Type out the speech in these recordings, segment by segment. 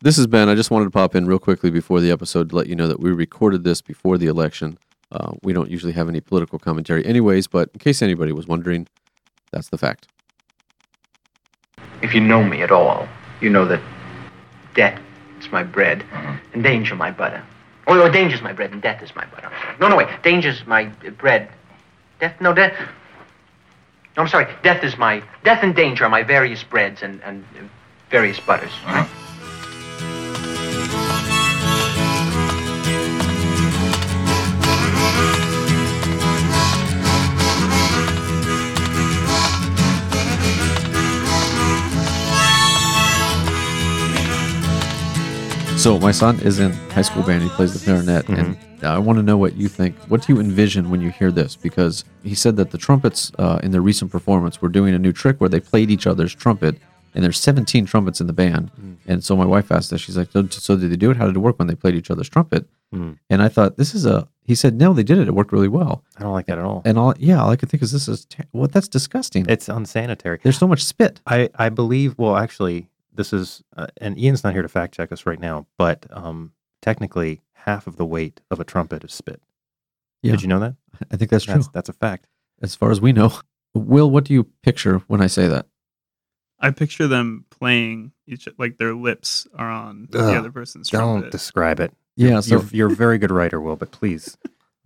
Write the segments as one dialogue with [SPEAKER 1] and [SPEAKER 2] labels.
[SPEAKER 1] This is Ben. I just wanted to pop in real quickly before the episode to let you know that we recorded this before the election. Uh, we don't usually have any political commentary, anyways, but in case anybody was wondering, that's the fact.
[SPEAKER 2] If you know me at all, you know that debt is my bread and danger my butter. Oh, no, danger's my bread and death is my butter. No, no, wait. Danger's my uh, bread. Death? No, death. No, I'm sorry. Death is my. Death and danger are my various breads and, and uh, various butters. right?
[SPEAKER 1] So my son is in high school band. He plays the clarinet, and I want to know what you think. What do you envision when you hear this? Because he said that the trumpets uh, in their recent performance were doing a new trick where they played each other's trumpet, and there's 17 trumpets in the band. And so my wife asked us. She's like, so, "So did they do it? How did it work when they played each other's trumpet?" And I thought, "This is a." He said, "No, they did it. It worked really well."
[SPEAKER 3] I don't like that at all.
[SPEAKER 1] And all, yeah, all I could think is, "This is ter- well, that's disgusting.
[SPEAKER 3] It's unsanitary.
[SPEAKER 1] there's so much spit."
[SPEAKER 3] I, I believe, well, actually, this is, uh, and Ian's not here to fact check us right now, but um, technically, half of the weight of a trumpet is spit.
[SPEAKER 1] Yeah.
[SPEAKER 3] Did you know that?
[SPEAKER 1] I think that's true.
[SPEAKER 3] That's, that's a fact.
[SPEAKER 1] as far as we know. Will, what do you picture when I say that?
[SPEAKER 4] I picture them playing each like their lips are on
[SPEAKER 3] Ugh,
[SPEAKER 4] the other person's
[SPEAKER 3] Don't
[SPEAKER 4] trumpet.
[SPEAKER 3] describe it.
[SPEAKER 1] Yeah.
[SPEAKER 3] You're,
[SPEAKER 1] So
[SPEAKER 3] you're a very good writer, Will, but please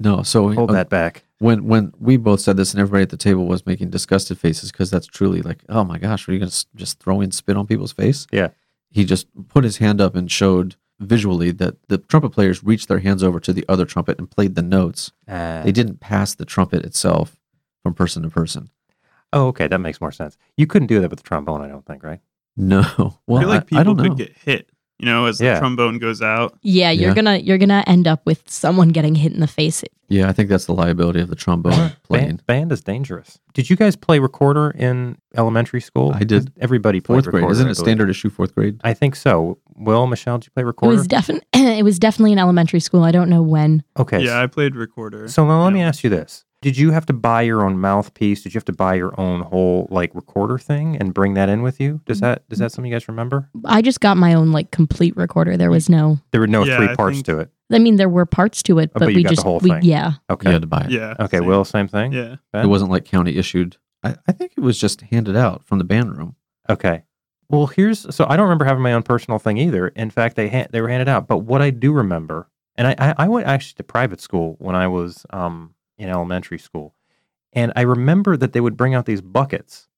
[SPEAKER 1] no. So
[SPEAKER 3] hold
[SPEAKER 1] uh,
[SPEAKER 3] that back.
[SPEAKER 1] when when we both said this and everybody at the table was making disgusted faces because that's truly like oh my gosh are you gonna s- just throw in spit on people's face
[SPEAKER 3] Yeah.
[SPEAKER 1] he just put his hand up and showed visually that the trumpet players reached their hands over to the other trumpet and played the notes
[SPEAKER 3] Uh,
[SPEAKER 1] they didn't pass the trumpet itself from person to person
[SPEAKER 3] oh, okay. That makes more sense. You couldn't do that with the trombone, I don't think, right?
[SPEAKER 1] no well
[SPEAKER 4] I feel like
[SPEAKER 1] I,
[SPEAKER 4] people
[SPEAKER 1] don't know
[SPEAKER 4] could get hit, you know, as
[SPEAKER 3] Yeah.
[SPEAKER 4] the trombone goes out.
[SPEAKER 5] Yeah, you're
[SPEAKER 1] Yeah.
[SPEAKER 5] gonna you're gonna end up with someone getting hit in the face.
[SPEAKER 1] yeah i think that's the liability of the trombone playing
[SPEAKER 3] Band, band is dangerous. Did you guys play recorder in elementary school?
[SPEAKER 1] I did.
[SPEAKER 3] Everybody played
[SPEAKER 1] fourth
[SPEAKER 3] recorder.
[SPEAKER 1] grade isn't
[SPEAKER 3] I
[SPEAKER 1] it
[SPEAKER 3] believe.
[SPEAKER 1] standard issue fourth grade
[SPEAKER 3] I think so. Will, Michelle, did you play recorder?
[SPEAKER 5] It was definitely it was definitely in elementary school. I don't know when.
[SPEAKER 3] okay.
[SPEAKER 4] Yeah, I played recorder.
[SPEAKER 3] So now let me
[SPEAKER 4] Yeah.
[SPEAKER 3] ask you this. Did you have to buy your own mouthpiece? Did you have to buy your own whole like recorder thing and bring that in with you? Does that is that something you guys remember?
[SPEAKER 5] I just got my own like complete recorder. There was no.
[SPEAKER 3] There were no
[SPEAKER 4] Yeah,
[SPEAKER 3] three
[SPEAKER 4] I
[SPEAKER 3] parts
[SPEAKER 4] think-
[SPEAKER 3] to it.
[SPEAKER 5] I mean, there were parts to it,
[SPEAKER 3] Oh,
[SPEAKER 5] but,
[SPEAKER 3] but you
[SPEAKER 5] we
[SPEAKER 3] got the
[SPEAKER 5] just
[SPEAKER 3] whole
[SPEAKER 5] we
[SPEAKER 3] thing.
[SPEAKER 5] yeah.
[SPEAKER 3] Okay.
[SPEAKER 1] you had to buy it
[SPEAKER 4] Yeah.
[SPEAKER 3] Okay,
[SPEAKER 4] same.
[SPEAKER 3] Will, same thing?
[SPEAKER 4] Yeah.
[SPEAKER 3] Ben?
[SPEAKER 1] it wasn't like county issued I, I think it was just handed out from the band room
[SPEAKER 3] Okay. Well, here's so I don't remember having my own personal thing either. In fact, they ha- they were handed out. But what I do remember, and I, I I went actually to private school when I was um in elementary school, and I remember that they would bring out these buckets,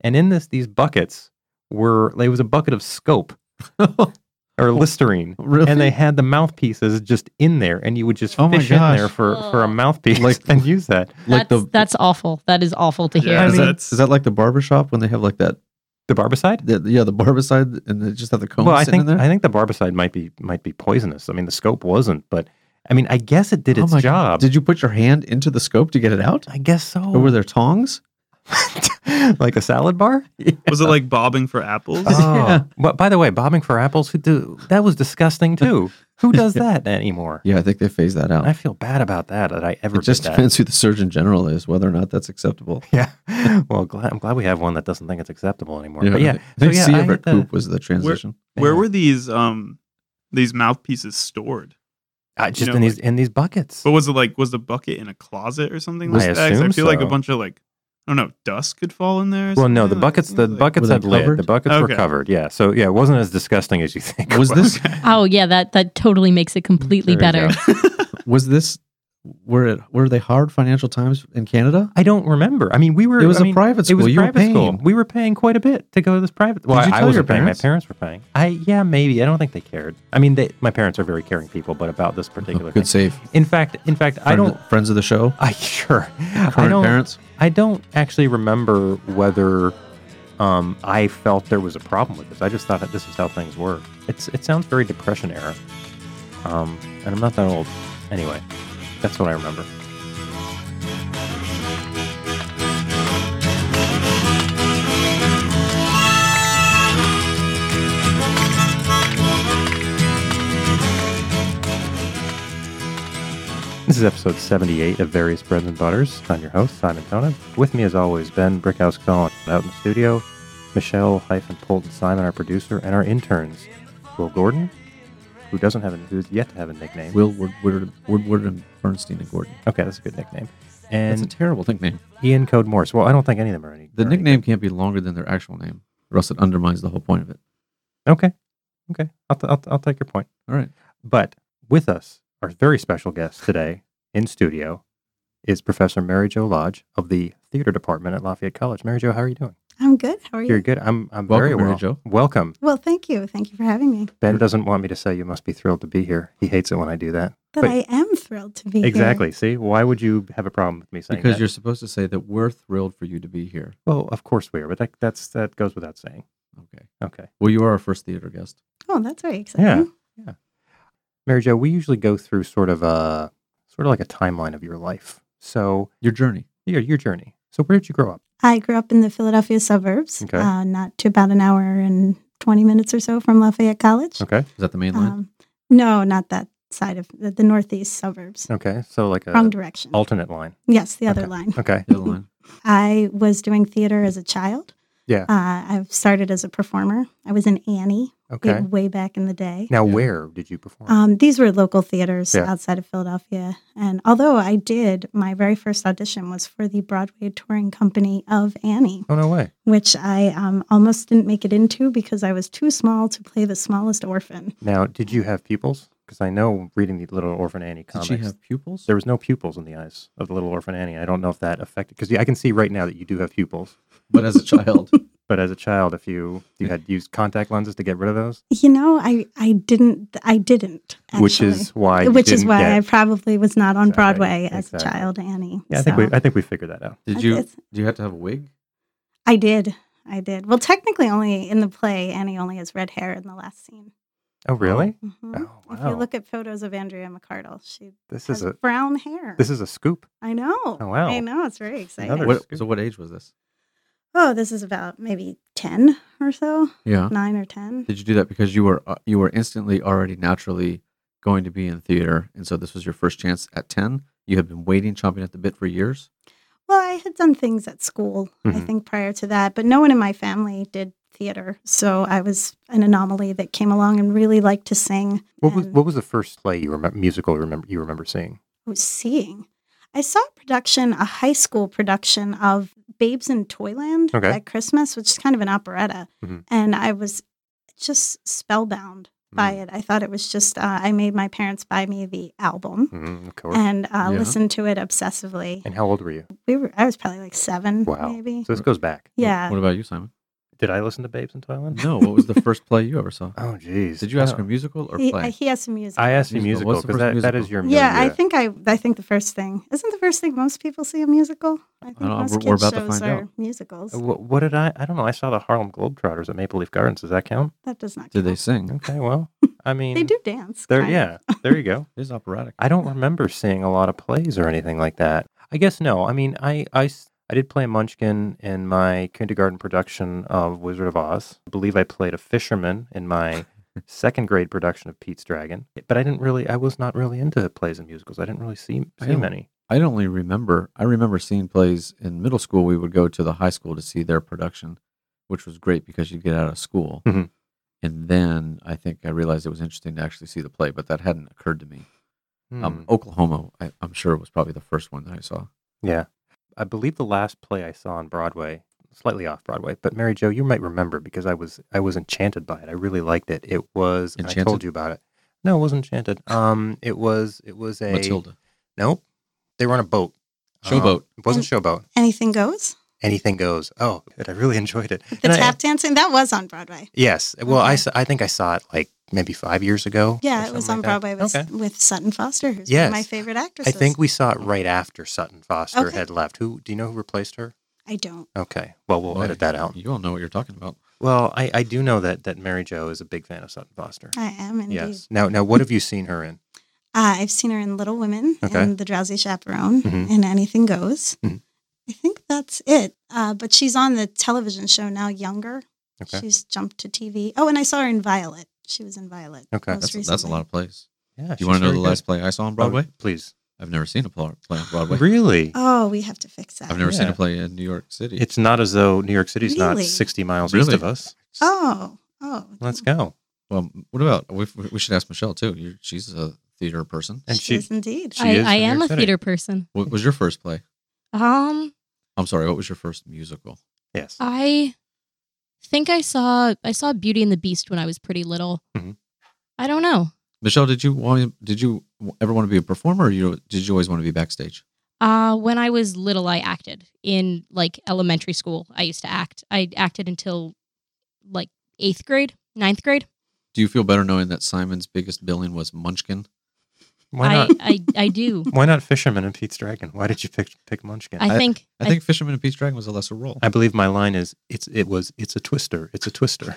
[SPEAKER 3] and in this these buckets were there was a bucket of scope or listerine.
[SPEAKER 1] Oh, really?
[SPEAKER 3] And they had the mouthpieces just in there, and you would just
[SPEAKER 1] Oh my
[SPEAKER 3] fish in
[SPEAKER 1] gosh.
[SPEAKER 3] there for, for a
[SPEAKER 5] Ugh.
[SPEAKER 3] mouthpiece
[SPEAKER 1] Like-
[SPEAKER 3] and use that.
[SPEAKER 1] like
[SPEAKER 5] that's,
[SPEAKER 1] the
[SPEAKER 5] that's awful. That is awful to hear.
[SPEAKER 4] Yeah,
[SPEAKER 1] is,
[SPEAKER 4] I mean-
[SPEAKER 1] that, is that like the barber shop when they have like that?
[SPEAKER 3] The barbicide?
[SPEAKER 1] The, yeah, the barbicide, and they just have the cone
[SPEAKER 3] well, I
[SPEAKER 1] sitting
[SPEAKER 3] think
[SPEAKER 1] in there.
[SPEAKER 3] I think the barbicide might be might be poisonous. I mean, the scope wasn't, but I mean, I guess it did
[SPEAKER 1] Oh
[SPEAKER 3] its
[SPEAKER 1] my God.
[SPEAKER 3] job. Oh.
[SPEAKER 1] Did you put your hand into the scope to get it out?
[SPEAKER 3] I guess so.
[SPEAKER 1] Or were there tongs?
[SPEAKER 3] like a salad bar?
[SPEAKER 4] Was it like bobbing for apples?
[SPEAKER 3] Oh.
[SPEAKER 1] Yeah.
[SPEAKER 3] But by the way, bobbing for apples, who do, that was disgusting too. Who does that anymore?
[SPEAKER 1] Yeah, I think they phased that out.
[SPEAKER 3] I feel bad about that that I ever
[SPEAKER 1] It just
[SPEAKER 3] did that.
[SPEAKER 1] depends who the surgeon general is, whether or not that's acceptable.
[SPEAKER 3] Yeah. Well, glad, I'm glad we have one that doesn't think it's acceptable anymore. but yeah,
[SPEAKER 1] I think
[SPEAKER 3] so
[SPEAKER 1] C.
[SPEAKER 3] yeah, I
[SPEAKER 1] Everett
[SPEAKER 3] had the-
[SPEAKER 1] Koop was the transition.
[SPEAKER 4] Where
[SPEAKER 3] Yeah.
[SPEAKER 4] were these um these mouthpieces stored?
[SPEAKER 3] I, just
[SPEAKER 4] know,
[SPEAKER 3] in
[SPEAKER 4] like-
[SPEAKER 3] these in these buckets.
[SPEAKER 4] But was it like was the bucket in a closet or something like
[SPEAKER 3] I
[SPEAKER 4] that? 'Cause I
[SPEAKER 3] assume
[SPEAKER 4] feel like
[SPEAKER 3] so.
[SPEAKER 4] a bunch of like I don't know, dust could fall in there. or
[SPEAKER 3] Well, no,
[SPEAKER 4] something,
[SPEAKER 3] the
[SPEAKER 4] like,
[SPEAKER 3] buckets
[SPEAKER 4] it
[SPEAKER 3] the
[SPEAKER 4] seems like-
[SPEAKER 3] buckets
[SPEAKER 1] Were they
[SPEAKER 3] had lid. The
[SPEAKER 1] covered?
[SPEAKER 3] buckets were
[SPEAKER 4] Okay.
[SPEAKER 3] covered. Yeah, so yeah, it wasn't as disgusting as you think. it
[SPEAKER 1] Was this
[SPEAKER 5] Oh yeah, that that totally makes it completely
[SPEAKER 3] There you
[SPEAKER 5] better.
[SPEAKER 1] was this were it were they hard financial times in Canada?
[SPEAKER 3] I don't remember. I mean, we were.
[SPEAKER 1] It was
[SPEAKER 3] I
[SPEAKER 1] a
[SPEAKER 3] mean,
[SPEAKER 1] private school.
[SPEAKER 3] It was
[SPEAKER 1] You were
[SPEAKER 3] private school.
[SPEAKER 1] paying.
[SPEAKER 3] We were paying quite a bit to go to this private. Well,
[SPEAKER 1] Did you
[SPEAKER 3] I, I
[SPEAKER 1] tell your
[SPEAKER 3] wasn't paying.
[SPEAKER 1] parents?
[SPEAKER 3] My parents were paying. I yeah, maybe. I don't think they cared. I mean, they, my parents are very caring people, but about this particular
[SPEAKER 1] Good
[SPEAKER 3] thing.
[SPEAKER 1] save.
[SPEAKER 3] In fact, in fact, I
[SPEAKER 1] Friend-
[SPEAKER 3] don't.
[SPEAKER 1] friends of the show.
[SPEAKER 3] I sure. I
[SPEAKER 1] Current
[SPEAKER 3] don't.
[SPEAKER 1] parents.
[SPEAKER 3] I don't actually remember whether um, I felt there was a problem with this. I just thought that this is how things were. It's it sounds very depression era, um, and I'm not that old. Anyway, that's what I remember. This is episode 78 of Various Breads and Butters. I'm your host, Simon Tonin. With me, as always, Ben Brickhouse Cohen out in the studio, Michelle Hyphen Polton Simon, our producer, and our interns, Will Gordon, who doesn't have a, who's yet to have a nickname.
[SPEAKER 1] Will Wood- Woodward, Woodward and Bernstein and Gordon.
[SPEAKER 3] Okay, that's a good nickname.
[SPEAKER 1] That's
[SPEAKER 3] And
[SPEAKER 1] a terrible nickname.
[SPEAKER 3] Ian Code Morse. Well, I don't think any of them are any.
[SPEAKER 1] The
[SPEAKER 3] are any
[SPEAKER 1] nickname can't be longer than their actual name, or else it undermines the whole point of it.
[SPEAKER 3] good. Okay, okay, I'll, t- I'll, t- I'll take your point.
[SPEAKER 1] All right.
[SPEAKER 3] But with us, our very special guest today in studio is Professor Mary Jo Lodge of the Theater Department at Lafayette College. Mary Jo, how are you doing?
[SPEAKER 6] I'm good. How are you?
[SPEAKER 3] You're good. I'm. I'm very
[SPEAKER 1] Welcome, Mary
[SPEAKER 3] well.
[SPEAKER 1] Jo.
[SPEAKER 3] Welcome.
[SPEAKER 6] Well, thank you. Thank you for having me.
[SPEAKER 3] Ben doesn't want me to say you must be thrilled to be here. He hates it when I do that.
[SPEAKER 6] But,
[SPEAKER 3] But-
[SPEAKER 6] I am thrilled to be here.
[SPEAKER 3] Exactly. See, why would you have a problem with me saying
[SPEAKER 1] Because
[SPEAKER 3] that?
[SPEAKER 1] you're supposed to say that we're thrilled for you to be here.
[SPEAKER 3] Well, of course we are, but that, that's that goes without saying.
[SPEAKER 1] Okay.
[SPEAKER 3] Okay.
[SPEAKER 1] Well, you are our first theater guest.
[SPEAKER 6] Oh, that's very exciting.
[SPEAKER 3] Yeah. Yeah. Mary Jo, we usually go through sort of a sort of like a timeline of your life. So
[SPEAKER 1] Your journey.
[SPEAKER 3] your your journey. So where did you grow up?
[SPEAKER 6] I grew up in the Philadelphia suburbs,
[SPEAKER 3] Okay.
[SPEAKER 6] uh, not to about an hour and 20 minutes or so from Lafayette College.
[SPEAKER 3] Okay.
[SPEAKER 1] Is that the main line?
[SPEAKER 6] Um, no, not that side of the, the northeast suburbs.
[SPEAKER 3] Okay. So like a
[SPEAKER 6] Wrong direction.
[SPEAKER 3] alternate line.
[SPEAKER 6] yes, the other
[SPEAKER 3] okay.
[SPEAKER 6] line.
[SPEAKER 3] Okay.
[SPEAKER 1] The other line.
[SPEAKER 6] I was doing theater as a child.
[SPEAKER 3] Yeah.
[SPEAKER 6] Uh, I've started as a performer. I was in Annie
[SPEAKER 3] Okay.
[SPEAKER 6] way- way back in the day.
[SPEAKER 3] Now
[SPEAKER 1] Yeah.
[SPEAKER 3] where did you perform?
[SPEAKER 6] Um, these were local theaters
[SPEAKER 3] Yeah.
[SPEAKER 6] outside of Philadelphia. And although I did, my very first audition was for the Broadway touring company of Annie,
[SPEAKER 3] oh no way.
[SPEAKER 6] which I um, almost didn't make it into because I was too small to play the smallest orphan.
[SPEAKER 3] Now did you have pupils? Because I know reading the Little Orphan Annie
[SPEAKER 1] Did
[SPEAKER 3] comics,
[SPEAKER 1] she have pupils?
[SPEAKER 3] there was no pupils in the eyes of the Little Orphan Annie. I don't know if that affected because I can see right now that you do have pupils.
[SPEAKER 1] But as a child,
[SPEAKER 3] But as a child, if you you had used contact lenses to get rid of those,
[SPEAKER 6] You know, I, I didn't, I didn't, actually.
[SPEAKER 3] which is why you
[SPEAKER 6] which is
[SPEAKER 3] didn't
[SPEAKER 6] why
[SPEAKER 3] get-
[SPEAKER 6] I probably was not on
[SPEAKER 3] Exactly,
[SPEAKER 6] Broadway as
[SPEAKER 3] exactly.
[SPEAKER 6] a child, Annie.
[SPEAKER 3] yeah, I think
[SPEAKER 6] So,
[SPEAKER 3] we uh, I think we figured that out.
[SPEAKER 1] did
[SPEAKER 6] I
[SPEAKER 1] you?
[SPEAKER 6] guess-
[SPEAKER 1] Do you have to have a wig?
[SPEAKER 6] I did. I did. Well, technically, only in the play, Annie only has red hair in the last scene.
[SPEAKER 3] Oh really?
[SPEAKER 6] Mhm.
[SPEAKER 3] Oh,
[SPEAKER 6] If
[SPEAKER 3] wow.
[SPEAKER 6] you look at photos of Andrea McCardle, she
[SPEAKER 3] This
[SPEAKER 6] has
[SPEAKER 3] is a
[SPEAKER 6] brown hair.
[SPEAKER 3] this is a scoop.
[SPEAKER 6] I know.
[SPEAKER 3] Oh, wow.
[SPEAKER 6] I know. It's very exciting.
[SPEAKER 3] Another-
[SPEAKER 1] What,
[SPEAKER 3] scoop.
[SPEAKER 1] so what age was this?
[SPEAKER 6] Oh, this is about maybe 10 or so,
[SPEAKER 1] Yeah.
[SPEAKER 6] nine or 10.
[SPEAKER 1] Did you do that because you were uh, you were instantly already naturally going to be in theater, and so this was your first chance at ten? You had been waiting, chomping at the bit for years.
[SPEAKER 6] Well, I had done things at school, I
[SPEAKER 1] Mm-hmm.
[SPEAKER 3] Mhm.
[SPEAKER 6] think, prior to that, but no one in my family did theater. So I was an anomaly that came along and really liked to sing.
[SPEAKER 3] What was
[SPEAKER 6] and-
[SPEAKER 3] what was the first play you remember musical you remember you remember seeing?
[SPEAKER 6] I was seeing. I saw a production, a high school production of Babes in Toyland
[SPEAKER 3] Okay.
[SPEAKER 6] at Christmas, which is kind of an operetta.
[SPEAKER 1] Mm-hmm.
[SPEAKER 3] Mhm.
[SPEAKER 6] And I was just spellbound by
[SPEAKER 1] Mm.
[SPEAKER 6] it. I thought it was just, uh, I made my parents buy me the album
[SPEAKER 3] Mm, of course. And,
[SPEAKER 6] and uh,
[SPEAKER 1] Yeah.
[SPEAKER 6] listened to it obsessively.
[SPEAKER 3] how old were you?
[SPEAKER 6] We were, I was probably like seven,
[SPEAKER 3] Wow.
[SPEAKER 6] mm, maybe.
[SPEAKER 3] So this goes back.
[SPEAKER 6] yeah.
[SPEAKER 1] What about you, Simon?
[SPEAKER 3] Did I listen to Babes in Thailand?
[SPEAKER 1] No. What was the first play you ever saw?
[SPEAKER 3] Oh geez.
[SPEAKER 1] Did you
[SPEAKER 3] I
[SPEAKER 1] ask
[SPEAKER 3] don't-
[SPEAKER 1] for musical or
[SPEAKER 6] He, uh,
[SPEAKER 1] play?
[SPEAKER 6] he has some music.
[SPEAKER 3] I asked you
[SPEAKER 1] Musical.
[SPEAKER 3] musical
[SPEAKER 1] What's the
[SPEAKER 3] because that,
[SPEAKER 1] first
[SPEAKER 3] that is
[SPEAKER 1] musical?
[SPEAKER 3] your
[SPEAKER 6] yeah, I
[SPEAKER 3] milieu.
[SPEAKER 6] think I I think the first thing isn't the first thing most people see a musical. I think
[SPEAKER 1] don't know,
[SPEAKER 6] most
[SPEAKER 1] we're-
[SPEAKER 6] kids
[SPEAKER 1] we're about to
[SPEAKER 6] shows
[SPEAKER 1] find
[SPEAKER 6] are
[SPEAKER 1] out.
[SPEAKER 6] musicals.
[SPEAKER 3] Uh, wh- What, did I? I don't know. I saw the Harlem Globetrotters at Maple Leaf Gardens. Does that count?
[SPEAKER 6] That does not.
[SPEAKER 1] Did they
[SPEAKER 6] count.
[SPEAKER 1] sing?
[SPEAKER 3] Okay. Well, I mean,
[SPEAKER 6] They do dance.
[SPEAKER 3] There,
[SPEAKER 6] kind of.
[SPEAKER 3] yeah. There you go.
[SPEAKER 1] It is operatic.
[SPEAKER 3] I don't remember seeing a lot of plays or anything like that. I guess no. I mean, I, I s- I did play Munchkin in my kindergarten production of Wizard of Oz. I believe I played a fisherman in my second grade production of Pete's Dragon. But I didn't really. I was not really into plays and musicals. I didn't really see
[SPEAKER 1] I
[SPEAKER 3] see
[SPEAKER 1] don't-
[SPEAKER 3] many.
[SPEAKER 1] I only remember I remember seeing plays in middle school. We would go to the high school to see their production, which was great because you'd get out of school.
[SPEAKER 3] Mhm.
[SPEAKER 1] And then I think I realized it was interesting to actually see the play, but that hadn't occurred to me.
[SPEAKER 3] Hmm.
[SPEAKER 1] Um, Oklahoma, I, I'm sure, was probably the first one that I saw.
[SPEAKER 3] Yeah. I believe the last play I saw on Broadway, slightly off Broadway, but Mary Jo, you might remember because I was I was enchanted by it. I really liked it. It was and I
[SPEAKER 1] Enchanted?
[SPEAKER 3] told you about it. No, it wasn't enchanted. Um it was it was a
[SPEAKER 1] Matilda.
[SPEAKER 3] Nope. They were on a boat. Um,
[SPEAKER 1] Showboat.
[SPEAKER 3] it wasn't
[SPEAKER 6] Oh.
[SPEAKER 3] Showboat.
[SPEAKER 6] Anything goes.
[SPEAKER 3] Anything goes. Oh, good. I really enjoyed it.
[SPEAKER 6] The
[SPEAKER 3] And I-
[SPEAKER 6] tap dancing that was on Broadway.
[SPEAKER 3] yes. Well, I,
[SPEAKER 6] Okay.
[SPEAKER 3] s- I think I saw it like maybe five years ago.
[SPEAKER 6] Yeah,
[SPEAKER 3] or
[SPEAKER 6] it was on
[SPEAKER 3] something like that.
[SPEAKER 6] Broadway with,
[SPEAKER 3] Okay.
[SPEAKER 6] with Sutton Foster, who's one
[SPEAKER 3] Yes.
[SPEAKER 6] of my favorite
[SPEAKER 3] I
[SPEAKER 6] actresses.
[SPEAKER 3] think we saw it right after Sutton Foster
[SPEAKER 6] Okay.
[SPEAKER 3] had left. Who do you know who replaced her?
[SPEAKER 6] I don't.
[SPEAKER 3] Okay. Well, we'll
[SPEAKER 1] Boy,
[SPEAKER 3] edit that out.
[SPEAKER 1] You all know what you're talking about.
[SPEAKER 3] Well, I, I do know that that Mary Jo is a big fan of Sutton Foster.
[SPEAKER 6] I am indeed.
[SPEAKER 3] Yes. Now now what have you seen her in?
[SPEAKER 6] Uh, I've seen her in Little Women
[SPEAKER 3] Okay.
[SPEAKER 6] and The Drowsy Chaperone
[SPEAKER 3] Mhm.
[SPEAKER 6] and Anything Goes.
[SPEAKER 3] Mhm.
[SPEAKER 6] I think that's it. Uh, but she's on the television show now, Younger.
[SPEAKER 3] Okay.
[SPEAKER 6] She's jumped to TV. Oh, and I saw her in Violet. She was in Violet.
[SPEAKER 3] Okay.
[SPEAKER 1] That's,
[SPEAKER 6] most
[SPEAKER 1] that's a
[SPEAKER 6] recently.
[SPEAKER 1] lot of plays.
[SPEAKER 3] Yeah.
[SPEAKER 1] Do
[SPEAKER 3] she's
[SPEAKER 1] you want to know
[SPEAKER 3] very
[SPEAKER 1] the
[SPEAKER 3] good.
[SPEAKER 1] last play I saw on
[SPEAKER 3] Oh,
[SPEAKER 1] Broadway?
[SPEAKER 3] please.
[SPEAKER 1] I've never seen a pl- play on Broadway.
[SPEAKER 3] Really?
[SPEAKER 6] Oh, we have to fix that.
[SPEAKER 1] I've never seen
[SPEAKER 3] Yeah.
[SPEAKER 1] a play in New York City.
[SPEAKER 3] It's not as though New York City's not
[SPEAKER 6] Really?
[SPEAKER 3] 60 miles east
[SPEAKER 1] Really?
[SPEAKER 3] of us.
[SPEAKER 6] Oh, oh.
[SPEAKER 3] Let's go.
[SPEAKER 1] Well, what about we, we should ask Michelle too. You're, she's a theater person.
[SPEAKER 3] And
[SPEAKER 6] she
[SPEAKER 3] she,
[SPEAKER 6] is indeed.
[SPEAKER 3] she
[SPEAKER 5] I,
[SPEAKER 3] is
[SPEAKER 5] I
[SPEAKER 3] from New
[SPEAKER 5] am
[SPEAKER 3] York
[SPEAKER 5] a
[SPEAKER 3] City.
[SPEAKER 5] theater person.
[SPEAKER 1] What was your first play?
[SPEAKER 5] Um,
[SPEAKER 1] I'm sorry. What was your first musical?
[SPEAKER 3] yes.
[SPEAKER 6] Oh,
[SPEAKER 5] I think I saw I saw Beauty and the Beast when I was pretty little.
[SPEAKER 3] Mhm.
[SPEAKER 5] I don't know.
[SPEAKER 1] Michelle, did you want? Did you ever want to be a performer? Or you did you always want to be backstage?
[SPEAKER 5] Uh, when I was little, I acted in like elementary school. I used to act. I acted until like eighth grade, ninth grade.
[SPEAKER 1] Do you feel better knowing that Simon's biggest billing was Munchkin?
[SPEAKER 3] Why not?
[SPEAKER 5] I, I I do.
[SPEAKER 3] Why not Fisherman and Pete's Dragon? Why did you pick pick Munchkin? I,
[SPEAKER 5] I think.
[SPEAKER 1] I think Fisherman and Pete's Dragon was a lesser role.
[SPEAKER 3] believe my line is it's it was it's a twister. It's a twister.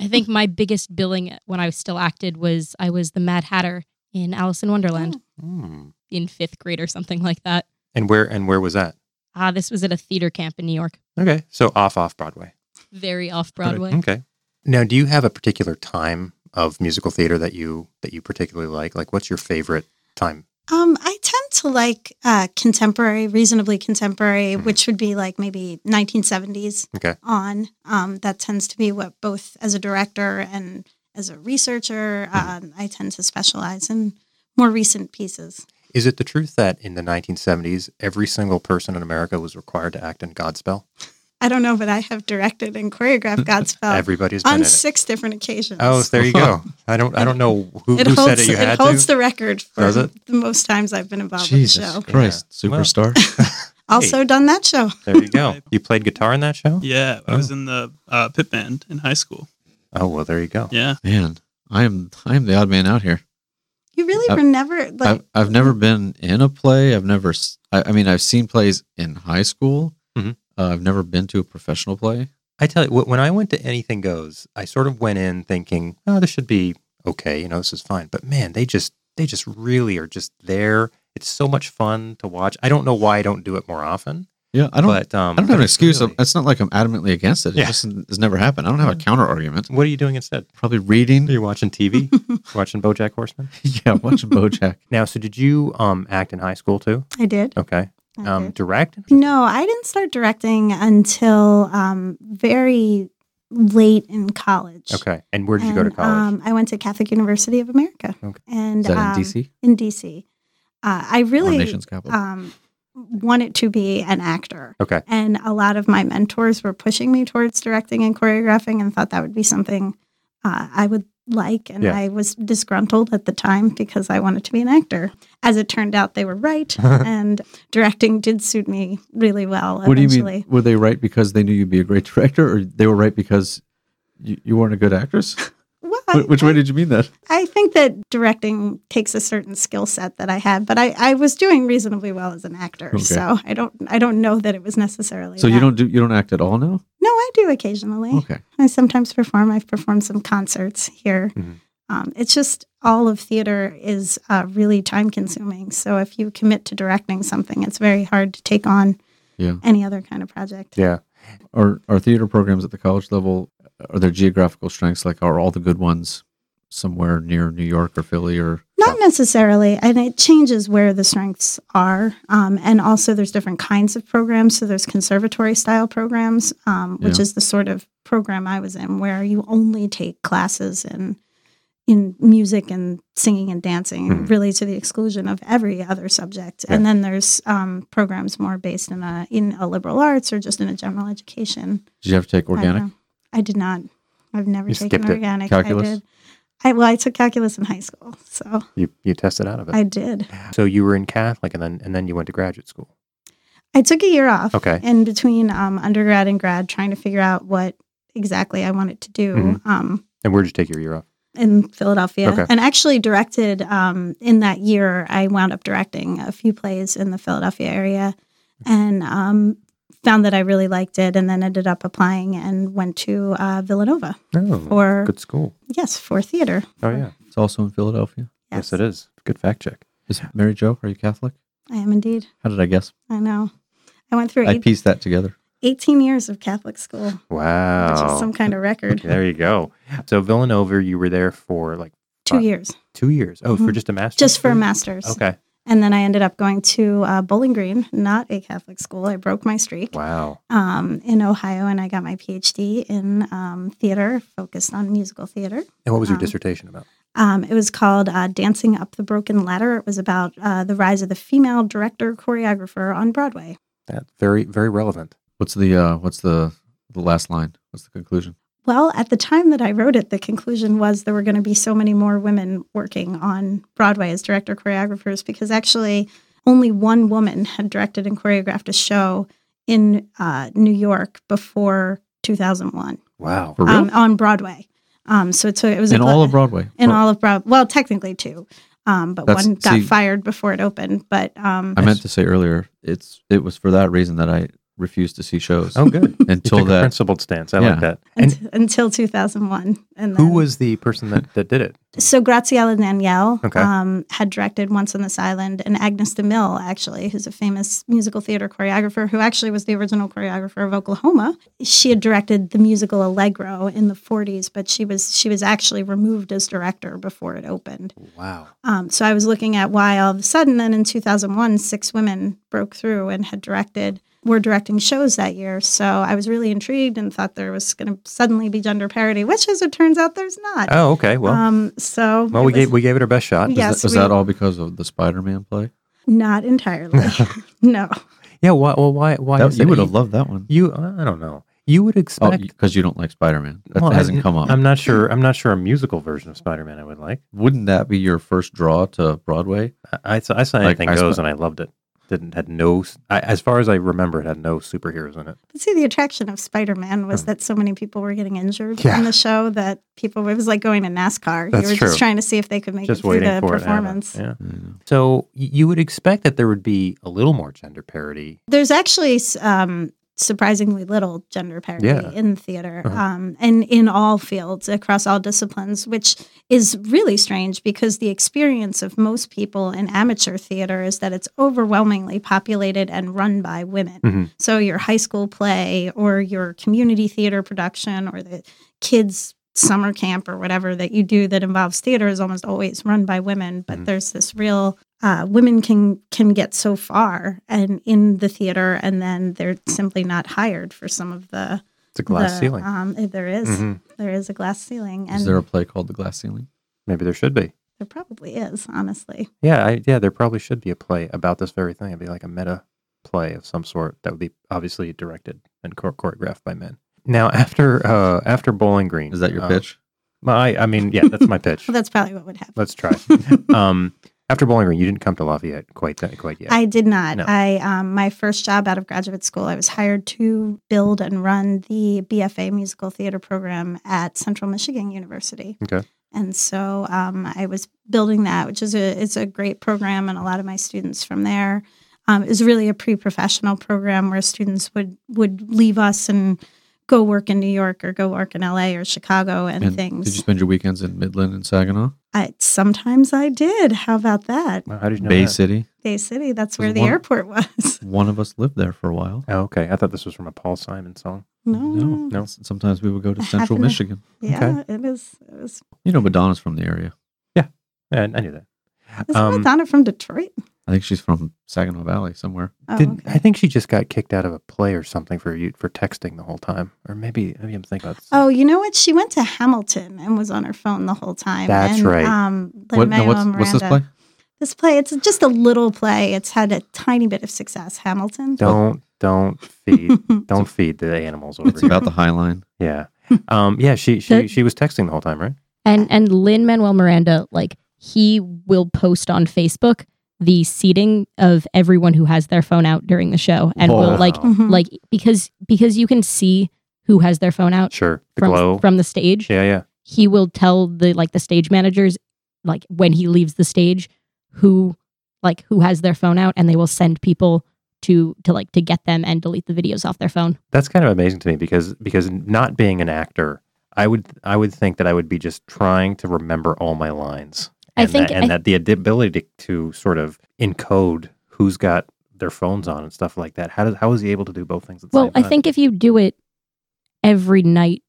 [SPEAKER 5] I think my biggest billing when I still acted was I was the Mad Hatter in Alice in Wonderland
[SPEAKER 3] Hmm.
[SPEAKER 5] in fifth grade or something like that.
[SPEAKER 3] And where and where was that?
[SPEAKER 5] Ah, this was at a theater camp in New York,
[SPEAKER 3] Okay, so off off Broadway.
[SPEAKER 5] very off Broadway.
[SPEAKER 3] Okay. Now, do you have a particular time of musical theater that you that you particularly like? Like, what's your favorite time?
[SPEAKER 6] Um, I tend to like uh, contemporary, reasonably contemporary,
[SPEAKER 3] Mhm.
[SPEAKER 6] which would be like maybe 1970s
[SPEAKER 3] Okay.
[SPEAKER 6] on. Um, that tends to be what both as a director and as a researcher, um, I tend to specialize in more recent pieces.
[SPEAKER 3] Is it the truth that in the 1970s, every single person in America was required to act in Godspell?
[SPEAKER 6] I don't know, but I have directed and choreographed Godspell
[SPEAKER 3] Everybody's been in
[SPEAKER 6] on
[SPEAKER 3] it.
[SPEAKER 6] six different occasions.
[SPEAKER 3] Oh, there you go. I don't. I don't know who,
[SPEAKER 6] it
[SPEAKER 3] who
[SPEAKER 6] holds,
[SPEAKER 3] said it. You had
[SPEAKER 6] holds
[SPEAKER 3] to.
[SPEAKER 6] the record for
[SPEAKER 3] Does it?
[SPEAKER 6] the most times I've been involved with the show.
[SPEAKER 1] Christ,
[SPEAKER 3] Yeah. Well-
[SPEAKER 1] superstar!
[SPEAKER 6] Also done that show.
[SPEAKER 3] there you go. You played guitar in that show.
[SPEAKER 4] Yeah, I was
[SPEAKER 3] Oh.
[SPEAKER 4] in the uh, pit band in high school.
[SPEAKER 3] Oh well, there you go.
[SPEAKER 4] Yeah,
[SPEAKER 1] Man, I am I am the odd man out here.
[SPEAKER 6] You really
[SPEAKER 1] Uh,
[SPEAKER 6] were never like
[SPEAKER 3] um,
[SPEAKER 1] I've, I've never been in a play. I've never. s- I, I mean, I've seen plays in high school.
[SPEAKER 3] Mhm.
[SPEAKER 1] Uh, I've never been to a professional play.
[SPEAKER 3] I tell you, wh- when I went to Anything Goes, I sort of went in thinking, oh, this should be okay. You know, this is fine. But man, they just, they just really are just there. It's so much fun to watch. I don't know why I don't do it more often.
[SPEAKER 1] Yeah, I don't.
[SPEAKER 3] but um,
[SPEAKER 1] I don't have
[SPEAKER 3] but
[SPEAKER 1] an
[SPEAKER 3] it's
[SPEAKER 1] excuse.
[SPEAKER 3] really-
[SPEAKER 1] It's not like I'm adamantly against it. It
[SPEAKER 3] Yeah.
[SPEAKER 1] just has never happened. I don't have a counter argument.
[SPEAKER 3] what are you doing instead?
[SPEAKER 1] Probably reading.
[SPEAKER 3] Are you watching TV? watching BoJack Horseman?
[SPEAKER 1] yeah, watching BoJack.
[SPEAKER 3] Now, so did you um, act in high school too?
[SPEAKER 6] I did.
[SPEAKER 3] Okay.
[SPEAKER 6] I
[SPEAKER 3] Um,
[SPEAKER 6] did.
[SPEAKER 3] direct?
[SPEAKER 6] No, I didn't start directing until um, very late in college.
[SPEAKER 3] Okay. And where did you go to
[SPEAKER 6] And,
[SPEAKER 3] college?
[SPEAKER 6] Um, I went to Catholic University of America.
[SPEAKER 3] Okay.
[SPEAKER 6] And
[SPEAKER 1] Is that
[SPEAKER 6] um,
[SPEAKER 1] in DC?
[SPEAKER 6] In DC. Uh, I
[SPEAKER 1] Our
[SPEAKER 6] really
[SPEAKER 1] nation's capital.
[SPEAKER 6] um, wanted to be an actor.
[SPEAKER 3] okay.
[SPEAKER 6] And a lot of my mentors were pushing me towards directing and choreographing and thought that would be something uh, I would like. And
[SPEAKER 3] Yeah.
[SPEAKER 6] I was disgruntled at the time because I wanted to be an actor. As it turned out, they were right. and directing did suit me really well.
[SPEAKER 1] what do you
[SPEAKER 6] eventually.
[SPEAKER 1] mean? Were they right because they knew you'd be a great director, or they were right because you, you weren't a good actress?
[SPEAKER 6] Well, I,
[SPEAKER 1] Wh- Which way did you mean that?
[SPEAKER 6] I think that directing takes a certain skill set that I had, but I, I was doing reasonably well as an actor,
[SPEAKER 1] Okay.
[SPEAKER 6] so I don't I don't know that it was necessarily.
[SPEAKER 1] So you
[SPEAKER 6] that.
[SPEAKER 1] don't Oh. do you don't act at all now?
[SPEAKER 6] No, I do occasionally.
[SPEAKER 1] Okay.
[SPEAKER 6] I sometimes perform. I've performed some concerts here.
[SPEAKER 3] Mhm.
[SPEAKER 6] Um, it's just all of theater is uh, really time consuming. So if you commit to directing something, it's very hard to take on
[SPEAKER 1] Yeah.
[SPEAKER 6] any other kind of project.
[SPEAKER 3] Yeah.
[SPEAKER 1] Are are theater programs at the college level? Are there geographical strengths? Like, are all the good ones somewhere near New York or Philly or?
[SPEAKER 6] Not necessarily, and it changes where the strengths are. Um, and also, there's different kinds of programs. So there's conservatory style programs, um, which
[SPEAKER 1] Yeah.
[SPEAKER 6] is the sort of program I was in, where you only take classes in in music and singing and dancing,
[SPEAKER 3] Mhm.
[SPEAKER 6] really to the exclusion of every other subject. And then there's um, programs more based in a in a liberal arts or just in a general education
[SPEAKER 1] Did you have to take organic?
[SPEAKER 6] background. I did not. I've never
[SPEAKER 3] You
[SPEAKER 6] taken
[SPEAKER 3] skipped it.
[SPEAKER 6] organic.
[SPEAKER 1] Calculus?
[SPEAKER 6] I did. I, well, I took calculus in high school, so
[SPEAKER 3] You, you tested out of it.
[SPEAKER 6] I did.
[SPEAKER 3] so you were in Catholic and then, and then you went to graduate school.
[SPEAKER 6] I took a year off.
[SPEAKER 3] Okay.
[SPEAKER 6] In between um, undergrad and grad, trying to figure out what exactly I wanted to do
[SPEAKER 3] Mhm.
[SPEAKER 6] um,
[SPEAKER 3] And where did you take your year off?
[SPEAKER 6] in Philadelphia.
[SPEAKER 3] Okay.
[SPEAKER 6] And actually directed um, in that year, I wound up directing a few plays in the Philadelphia area and um, found that I really liked it and then ended up applying and went to uh, Villanova
[SPEAKER 3] Oh,
[SPEAKER 6] for,
[SPEAKER 3] good school.
[SPEAKER 6] yes, for theater.
[SPEAKER 3] Oh, yeah.
[SPEAKER 1] It's also in Philadelphia.
[SPEAKER 3] Yes, it is. Good fact check.
[SPEAKER 1] Is Mary Jo? Are you Catholic?
[SPEAKER 6] I am indeed.
[SPEAKER 1] How did I guess?
[SPEAKER 6] I know. I went through
[SPEAKER 1] I
[SPEAKER 6] eight,
[SPEAKER 1] pieced that together.
[SPEAKER 6] 18 years of Catholic school, which
[SPEAKER 3] Wow.
[SPEAKER 6] is some kind of record.
[SPEAKER 3] there you go. So Villanova, you were there for like
[SPEAKER 6] Two
[SPEAKER 3] Fun.
[SPEAKER 6] years,
[SPEAKER 3] two years. Oh, for
[SPEAKER 6] Mhm.
[SPEAKER 3] just a master's?
[SPEAKER 6] just for a
[SPEAKER 3] degree?
[SPEAKER 6] master's.
[SPEAKER 3] Okay.
[SPEAKER 6] And then I ended up going to uh, Bowling Green, not a Catholic school. I broke my streak
[SPEAKER 3] Wow.
[SPEAKER 6] um, in Ohio, and I got my PhD in um, theater, focused on musical theater.
[SPEAKER 3] And what was your
[SPEAKER 6] Um,
[SPEAKER 3] dissertation about?
[SPEAKER 6] Um, it was called uh, Dancing Up the Broken Ladder. It was about uh, the rise of the female director choreographer on Broadway.
[SPEAKER 3] That very very relevant.
[SPEAKER 1] What's the uh, what's the the last line? What's the conclusion?
[SPEAKER 6] Well, at the time that I wrote it, the conclusion was there were going to be so many more women working on Broadway as director choreographers because actually only one woman had directed and choreographed a show in uh, New York before 2001
[SPEAKER 3] Wow.
[SPEAKER 1] For real?
[SPEAKER 6] um, on Broadway. Um, so it's, it was
[SPEAKER 1] Oh, in
[SPEAKER 6] a,
[SPEAKER 1] all of Broadway.
[SPEAKER 6] in
[SPEAKER 1] For-
[SPEAKER 6] all of Broadway. Well, technically two, um, but
[SPEAKER 1] That's-
[SPEAKER 6] one got
[SPEAKER 1] see-
[SPEAKER 6] fired before it opened. But um,
[SPEAKER 1] I meant to say earlier, it's it was for that reason that I refused to see shows
[SPEAKER 3] Oh, good. You
[SPEAKER 1] until
[SPEAKER 3] took a
[SPEAKER 1] that.
[SPEAKER 3] principled stance. I
[SPEAKER 1] Yeah.
[SPEAKER 3] like that. And
[SPEAKER 6] unt- until 2001. And
[SPEAKER 3] who
[SPEAKER 6] then-
[SPEAKER 3] was the person that, that did it?
[SPEAKER 6] So Graziella Danielle
[SPEAKER 3] Okay.
[SPEAKER 6] um, had directed Once on This Island, and Agnes DeMille, actually, who's a famous musical theater choreographer who actually was the original choreographer of Oklahoma. She had directed the musical Allegro in the 40s, but she was she was actually removed as director before it opened.
[SPEAKER 3] Wow.
[SPEAKER 6] Um, so I was looking at why all of a sudden, then in 2001, six women broke through and had directed were directing shows that year. So I was really intrigued and thought there was going to suddenly be gender parity, which, as it turns out, there's not.
[SPEAKER 3] Oh, okay. Well,
[SPEAKER 6] um, so
[SPEAKER 3] well,
[SPEAKER 6] it
[SPEAKER 3] we
[SPEAKER 6] was
[SPEAKER 3] gave we gave it our best shot.
[SPEAKER 6] Yeah.
[SPEAKER 1] was
[SPEAKER 6] yes,
[SPEAKER 1] that, was
[SPEAKER 6] we-
[SPEAKER 1] that all because of the Spider-Man play?
[SPEAKER 6] not entirely. no,
[SPEAKER 3] Yeah. Why, well, why why
[SPEAKER 1] That-
[SPEAKER 3] is
[SPEAKER 1] you
[SPEAKER 3] it-
[SPEAKER 1] would have loved that one.
[SPEAKER 3] You uh, I don't know. You would
[SPEAKER 1] Oh,
[SPEAKER 3] expect.
[SPEAKER 1] because you don't like Spider-Man. That
[SPEAKER 3] Well, I-
[SPEAKER 1] hasn't come up.
[SPEAKER 3] I'm not sure. I'm not sure a musical version of Spider-Man. I would like.
[SPEAKER 1] Wouldn't that be your first draw to Broadway?
[SPEAKER 3] I, I saw, I saw
[SPEAKER 1] Like,
[SPEAKER 3] anything
[SPEAKER 1] I
[SPEAKER 3] goes,
[SPEAKER 1] spe-
[SPEAKER 3] and I loved it. Didn't had no. s- I, as far as I remember, it had no superheroes in it.
[SPEAKER 6] but see, the attraction of Spider Man was that so many people were getting injured
[SPEAKER 3] Yeah.
[SPEAKER 6] in the show that people it was like going to NASCAR.
[SPEAKER 3] That's
[SPEAKER 6] you were
[SPEAKER 3] true.
[SPEAKER 6] just trying to see if they could make
[SPEAKER 3] Just
[SPEAKER 6] it through
[SPEAKER 3] waiting
[SPEAKER 6] the
[SPEAKER 3] for it. to happen.
[SPEAKER 6] performance.
[SPEAKER 3] Yeah.
[SPEAKER 1] I don't know.
[SPEAKER 3] So y- you would expect that there would be a little more gender parity.
[SPEAKER 6] There's actually um, surprisingly little gender parity
[SPEAKER 3] Yeah.
[SPEAKER 6] in theater
[SPEAKER 3] Uh-huh.
[SPEAKER 6] um, and in all fields across all disciplines, which is really strange because the experience of most people in amateur theater is that it's overwhelmingly populated and run by women.
[SPEAKER 1] Mm-hmm.
[SPEAKER 3] Mhm.
[SPEAKER 6] So your high school play or your community theater production or the kids summer camp or whatever that you do that involves theater is almost always run by women but
[SPEAKER 3] Mhm.
[SPEAKER 6] there's this real uh, women can can get so far and in the theater and then they're simply not hired for some of the
[SPEAKER 3] It's a glass
[SPEAKER 6] the,
[SPEAKER 3] ceiling.
[SPEAKER 6] um, there is-
[SPEAKER 1] Mm-hmm.
[SPEAKER 3] Mhm.
[SPEAKER 6] there is a glass ceiling and
[SPEAKER 1] Is there a play called The Glass Ceiling?
[SPEAKER 3] Maybe there should be.
[SPEAKER 6] there probably is honestly
[SPEAKER 3] Yeah, I, yeah, there probably should be a play about this very thing. It'd be like a meta play of some sort that would be obviously directed and chor- choreographed by men. Now, after uh, after Bowling Green,
[SPEAKER 1] Is that your
[SPEAKER 3] uh,
[SPEAKER 1] pitch?
[SPEAKER 3] My, I mean, yeah, that's my pitch.
[SPEAKER 6] well that's probably what would happen
[SPEAKER 3] Let's try. um, after Bowling Green, you didn't come to Lafayette quite that, quite yet.
[SPEAKER 6] I did not.
[SPEAKER 3] No.
[SPEAKER 6] I um, my first job out of graduate school, I was hired to build and run the BFA musical theater program at Central Michigan University.
[SPEAKER 3] Okay.
[SPEAKER 6] And so um, I was building that, which is a it's a great program, and a lot of my students from there. Um, it was really a pre-professional program where students would would leave us and go work in New York or go work in LA or Chicago and,
[SPEAKER 1] And
[SPEAKER 6] things.
[SPEAKER 1] Did you spend your weekends in Midland and Saginaw,
[SPEAKER 6] I, sometimes I did. How about that?
[SPEAKER 3] Wow, how did you know
[SPEAKER 1] Bay
[SPEAKER 3] that?
[SPEAKER 1] City?
[SPEAKER 6] Bay City.
[SPEAKER 1] Was
[SPEAKER 6] That's where the
[SPEAKER 1] one-
[SPEAKER 6] airport was.
[SPEAKER 1] One of us lived there for a while.
[SPEAKER 3] Oh, okay. I thought this was from a Paul Simon song.
[SPEAKER 1] No,
[SPEAKER 3] No.
[SPEAKER 1] S- Sometimes we would go to
[SPEAKER 6] I
[SPEAKER 1] Central
[SPEAKER 6] haven't-
[SPEAKER 1] Michigan.
[SPEAKER 6] Yeah, it is. It was.
[SPEAKER 1] You know, Madonna's from the area.
[SPEAKER 3] Yeah, I knew that.
[SPEAKER 6] Is
[SPEAKER 3] Um,
[SPEAKER 6] Madonna from Detroit?
[SPEAKER 1] I think she's from Saginaw Valley somewhere.
[SPEAKER 6] Oh,
[SPEAKER 3] Did, I
[SPEAKER 6] okay.
[SPEAKER 3] think she just got kicked out of a play or something for you for texting the whole time, or maybe maybe I'm thinking about.
[SPEAKER 6] Oh, you know what? She went to Hamilton and was on her phone the whole time.
[SPEAKER 3] That's
[SPEAKER 6] and,
[SPEAKER 3] right.
[SPEAKER 6] Um,
[SPEAKER 1] What, now
[SPEAKER 6] Lin-Manuel
[SPEAKER 1] what's, what's this play?
[SPEAKER 6] Miranda- This play, it's just a little play. It's had a tiny bit of success. Hamilton.
[SPEAKER 3] don't don't feed don't feed the animals over
[SPEAKER 1] It's
[SPEAKER 3] here.
[SPEAKER 1] about the High Line.
[SPEAKER 3] Yeah, um, yeah. She she
[SPEAKER 5] That-
[SPEAKER 3] she was texting the whole time, right?
[SPEAKER 5] And and Lin Manuel Miranda, like he will post on Facebook the seating of everyone who has their phone out during the show, and will like
[SPEAKER 3] Wow.
[SPEAKER 6] Mhm.
[SPEAKER 5] like because because you can see who has their phone out
[SPEAKER 3] sure the
[SPEAKER 5] from
[SPEAKER 3] glow.
[SPEAKER 5] from the stage.
[SPEAKER 3] yeah, yeah.
[SPEAKER 5] He will tell the like the stage managers like when he leaves the stage who like who has their phone out, and they will send people to to like to get them and delete the videos off their phone.
[SPEAKER 3] That's kind of amazing to me because because not being an actor, I would I would think that I would be just trying to remember all my lines.
[SPEAKER 5] I
[SPEAKER 3] And
[SPEAKER 5] think-
[SPEAKER 3] that, and
[SPEAKER 5] I-
[SPEAKER 3] that the ad- ability to, to sort of encode who's got their phones on and stuff like that. How does how is he able to do both things? At the
[SPEAKER 5] Well,
[SPEAKER 3] same
[SPEAKER 5] I
[SPEAKER 3] time?
[SPEAKER 5] think if you do it every night,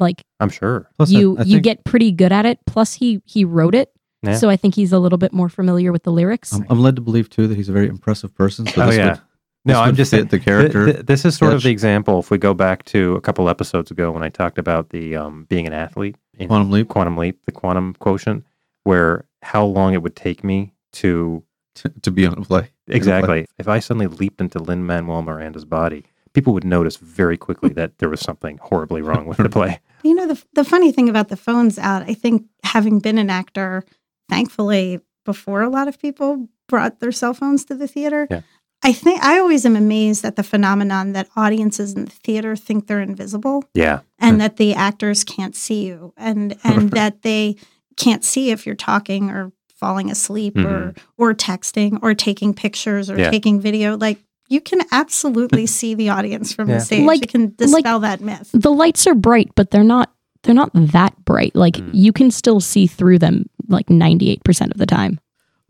[SPEAKER 5] like
[SPEAKER 3] I'm sure.
[SPEAKER 1] Plus, I-
[SPEAKER 5] you
[SPEAKER 1] I
[SPEAKER 5] you
[SPEAKER 1] think-
[SPEAKER 5] get pretty good at it. Plus, he he wrote it,
[SPEAKER 3] Yeah.
[SPEAKER 5] So I think he's a little bit more familiar with the lyrics.
[SPEAKER 1] I'm, I'm led to believe too that he's a very impressive person. So
[SPEAKER 3] Oh,
[SPEAKER 1] this
[SPEAKER 3] yeah.
[SPEAKER 1] would,
[SPEAKER 3] No,
[SPEAKER 1] this
[SPEAKER 3] I'm
[SPEAKER 1] would
[SPEAKER 3] just
[SPEAKER 1] fit
[SPEAKER 3] saying
[SPEAKER 1] the character.
[SPEAKER 3] th- th- this is sort of
[SPEAKER 1] sketch.
[SPEAKER 3] the example. If we go back to a couple episodes ago when I talked about the um, being an athlete in
[SPEAKER 1] Quantum leap.
[SPEAKER 3] quantum leap, the quantum quotient, where how long it would take me to
[SPEAKER 1] to, to be on a play.
[SPEAKER 3] Exactly. If I suddenly leaped into Lin Manuel Miranda's body, people would notice very quickly that there was something horribly wrong with the play.
[SPEAKER 6] You know, the, the funny thing about the phone's out, I think having been an actor, thankfully, before a lot of people brought their cell phones to the theater,
[SPEAKER 3] Yeah.
[SPEAKER 6] I think I always am amazed at the phenomenon that audiences in the theater think they're invisible
[SPEAKER 3] Yeah.
[SPEAKER 6] and that the actors can't see you and, and that they can't see if you're talking or falling asleep or, or texting or taking pictures or
[SPEAKER 3] Mm-hmm. Yeah. Mm-hmm.
[SPEAKER 6] taking video. Like, you can absolutely see the audience from
[SPEAKER 3] Yeah.
[SPEAKER 6] the stage.
[SPEAKER 5] Like-
[SPEAKER 6] you can dispel that myth.
[SPEAKER 5] the lights are bright, but they're not they're not that bright. Like
[SPEAKER 3] Mm.
[SPEAKER 5] you can still see through them like 98% of the time.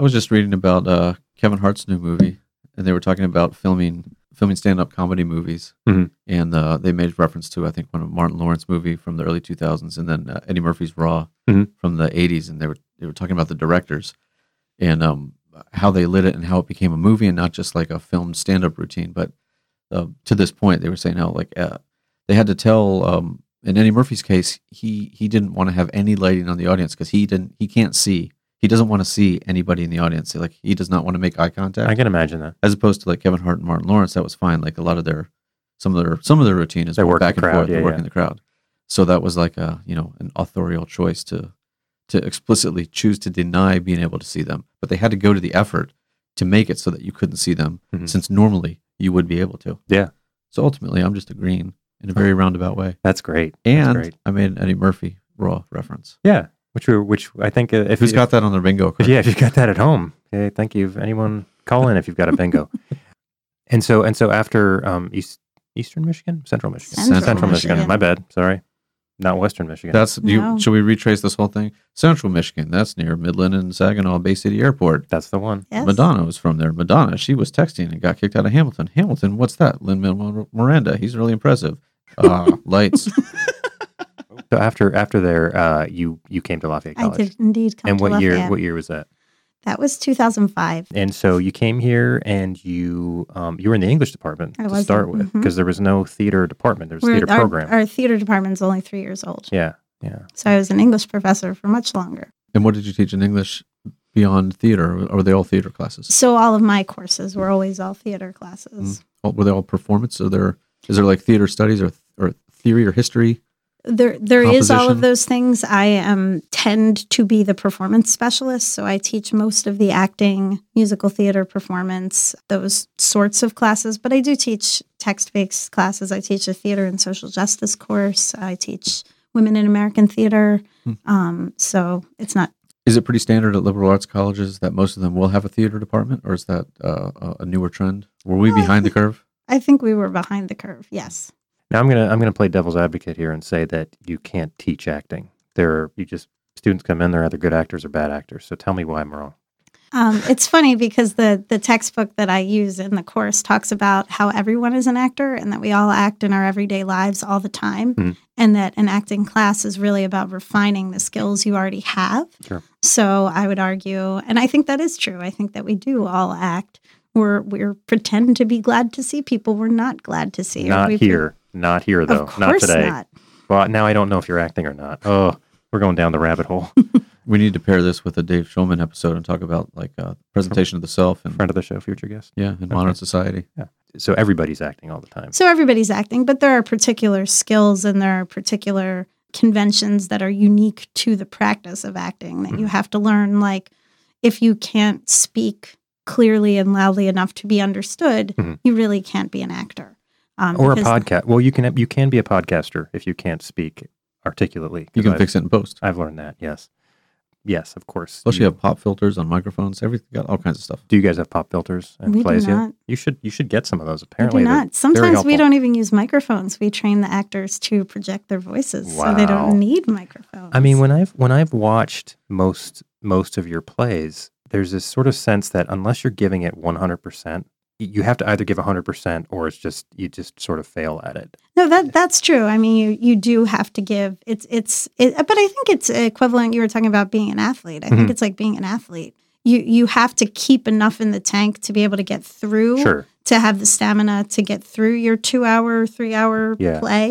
[SPEAKER 1] I was just reading about uh, Kevin Hart's new movie, and they were talking about filming filming stand up comedy movies,
[SPEAKER 3] Mhm.
[SPEAKER 1] and uh, they made reference to I think one of Martin Lawrence movie from the early two thousands, and then uh, Eddie Murphy's Raw
[SPEAKER 3] Mhm.
[SPEAKER 1] from the eighties, and they were they were talking about the directors and um, how they lit it and how it became a movie and not just like a filmed stand up routine, but uh, to this point they were saying how like uh, they had to tell um, in Eddie Murphy's case he he didn't want to have any lighting on the audience because he didn't he can't see he doesn't want to see anybody in the audience like he does not want to make eye contact
[SPEAKER 3] I can imagine that.
[SPEAKER 1] as opposed to like Kevin Hart and Martin Lawrence that was fine like a lot of their some of their some of their routine is
[SPEAKER 3] They work
[SPEAKER 1] back
[SPEAKER 3] the
[SPEAKER 1] and
[SPEAKER 3] crowd,
[SPEAKER 1] forth
[SPEAKER 3] yeah,
[SPEAKER 1] they're working
[SPEAKER 3] yeah.
[SPEAKER 1] the crowd so that was like a you know an authorial choice to to explicitly choose to deny being able to see them but they had to go to the effort to make it so that you couldn't see them
[SPEAKER 3] Mhm.
[SPEAKER 1] since normally you would be able to
[SPEAKER 3] Yeah.
[SPEAKER 1] so ultimately i'm just agreeing in a very roundabout way
[SPEAKER 3] That's great. That's
[SPEAKER 1] and
[SPEAKER 3] great.
[SPEAKER 1] I made an Eddie Murphy Raw reference.
[SPEAKER 3] Yeah. Which we which I think uh, if
[SPEAKER 1] Who's
[SPEAKER 3] if-
[SPEAKER 1] got that on their bingo
[SPEAKER 3] But
[SPEAKER 1] card?
[SPEAKER 3] yeah, if you've got that at home, okay, thank you. Anyone call in if you've got a bingo. and so and so after um, East, Eastern Michigan, Central Michigan,
[SPEAKER 6] Central
[SPEAKER 3] Michigan.
[SPEAKER 6] Michigan.
[SPEAKER 3] My bad. Sorry, not Western Michigan.
[SPEAKER 1] That's
[SPEAKER 6] No.
[SPEAKER 1] you. Should we retrace this whole thing? Central Michigan. That's near Midland and Saginaw Bay City Airport.
[SPEAKER 3] That's the one.
[SPEAKER 6] Yes.
[SPEAKER 1] Madonna was from there. Madonna. She was texting and got kicked out of Hamilton. Hamilton. What's that? Lin Manuel Miranda. He's really impressive. Uh, lights.
[SPEAKER 3] So after after there, uh, you you came to Lafayette
[SPEAKER 6] I
[SPEAKER 3] College.
[SPEAKER 6] did indeed come
[SPEAKER 3] And
[SPEAKER 6] to
[SPEAKER 3] what year?
[SPEAKER 6] Lafayette.
[SPEAKER 3] What year was that?
[SPEAKER 6] That was 2005.
[SPEAKER 3] And so you came here and you um, you were in the English department
[SPEAKER 6] I
[SPEAKER 3] to
[SPEAKER 6] was,
[SPEAKER 3] start with
[SPEAKER 6] mhm.
[SPEAKER 3] because there was no theater department. There was
[SPEAKER 6] We're-
[SPEAKER 3] theater
[SPEAKER 6] our,
[SPEAKER 3] program.
[SPEAKER 6] our theater department's only three years old.
[SPEAKER 3] yeah, yeah.
[SPEAKER 6] So I was an English professor for much longer.
[SPEAKER 1] and what did you teach in English beyond theater? Or were they all theater classes?
[SPEAKER 6] So all of my courses were always all theater classes.
[SPEAKER 1] Or Were they all performance? Are there is there like theater studies or or theory or history?
[SPEAKER 6] There, there is all
[SPEAKER 1] Composition.
[SPEAKER 6] of those things. I um, tend to be the performance specialist, so I teach most of the acting, musical theater, performance, those sorts of classes. But I do teach text-based classes. I teach a theater and social justice course. I teach women in American theater.
[SPEAKER 1] Hmm.
[SPEAKER 6] Um, so it's not
[SPEAKER 1] Is it pretty standard at liberal arts colleges that most of them will have a theater department, or is that uh, a- a newer trend? Were we
[SPEAKER 6] Well, I
[SPEAKER 1] behind the curve?
[SPEAKER 6] I think we were behind the curve. Yes.
[SPEAKER 3] Now I'm gonna I'm gonna play devil's advocate here and say that you can't teach acting. There are, you just students come in, they're either good actors or bad actors. So tell me why I'm wrong.
[SPEAKER 6] Um, it's funny because the the textbook that I use in the course talks about how everyone is an actor and that we all act in our everyday lives all the time,
[SPEAKER 3] Mhm.
[SPEAKER 6] and that an acting class is really about refining the skills you already have.
[SPEAKER 3] Sure.
[SPEAKER 6] So I would argue, and I think that is true. I think that we do all act. We're we're pretend to be glad to see people we're not glad to see. or
[SPEAKER 3] Not
[SPEAKER 6] we-
[SPEAKER 3] here. Not here though.
[SPEAKER 6] Of course
[SPEAKER 3] not today.
[SPEAKER 6] not.
[SPEAKER 3] Well now I don't know if you're acting or not. Oh, we're going down the rabbit hole.
[SPEAKER 1] We need to pair this with a Dave Schulman episode and talk about like uh, presentation of the self and
[SPEAKER 3] Friend of the show, future guest.
[SPEAKER 1] yeah, in modern
[SPEAKER 3] Okay.
[SPEAKER 1] society.
[SPEAKER 3] So everybody's acting all the time.
[SPEAKER 6] So everybody's acting, but there are particular skills and there are particular conventions that are unique to the practice of acting that
[SPEAKER 3] Mm-hmm.
[SPEAKER 6] you have to learn. Like, if you can't speak clearly and loudly enough to be understood,
[SPEAKER 3] Mhm.
[SPEAKER 6] you really can't be an actor. Um,
[SPEAKER 3] Or a
[SPEAKER 6] because-
[SPEAKER 3] podcast. Well you can you can be a podcaster if you can't speak articulately.
[SPEAKER 1] You
[SPEAKER 3] 'cause
[SPEAKER 1] can
[SPEAKER 3] I've,
[SPEAKER 1] fix it in post.
[SPEAKER 3] I've learned that, yes. Yes, of course.
[SPEAKER 1] Plus, you
[SPEAKER 3] You-
[SPEAKER 1] have pop filters on microphones. Everything got all kinds of stuff.
[SPEAKER 3] do you guys have pop filters and
[SPEAKER 6] We do
[SPEAKER 3] plays yet?
[SPEAKER 6] not.
[SPEAKER 3] You should you should get some of those
[SPEAKER 6] We
[SPEAKER 3] apparently.
[SPEAKER 6] do
[SPEAKER 3] they're-
[SPEAKER 6] not. Sometimes we
[SPEAKER 3] helpful.
[SPEAKER 6] don't even use microphones. We train the actors to project their voices, so they
[SPEAKER 3] Wow.
[SPEAKER 6] don't need microphones.
[SPEAKER 3] I mean, when I've when I've watched most most of your plays, there's this sort of sense that unless you're giving it 100%, you have to either give 100% or it's just you just sort of fail at it
[SPEAKER 6] No, that that's true. I mean, you you do have to give. It's it's. It, but I think it's equivalent. You were talking about being an athlete. I think
[SPEAKER 3] Mhm.
[SPEAKER 6] it's like being an athlete. You you have to keep enough in the tank to be able to get through.
[SPEAKER 3] sure
[SPEAKER 6] To have the stamina to get through your two hour, three hour
[SPEAKER 3] Yeah.
[SPEAKER 6] play,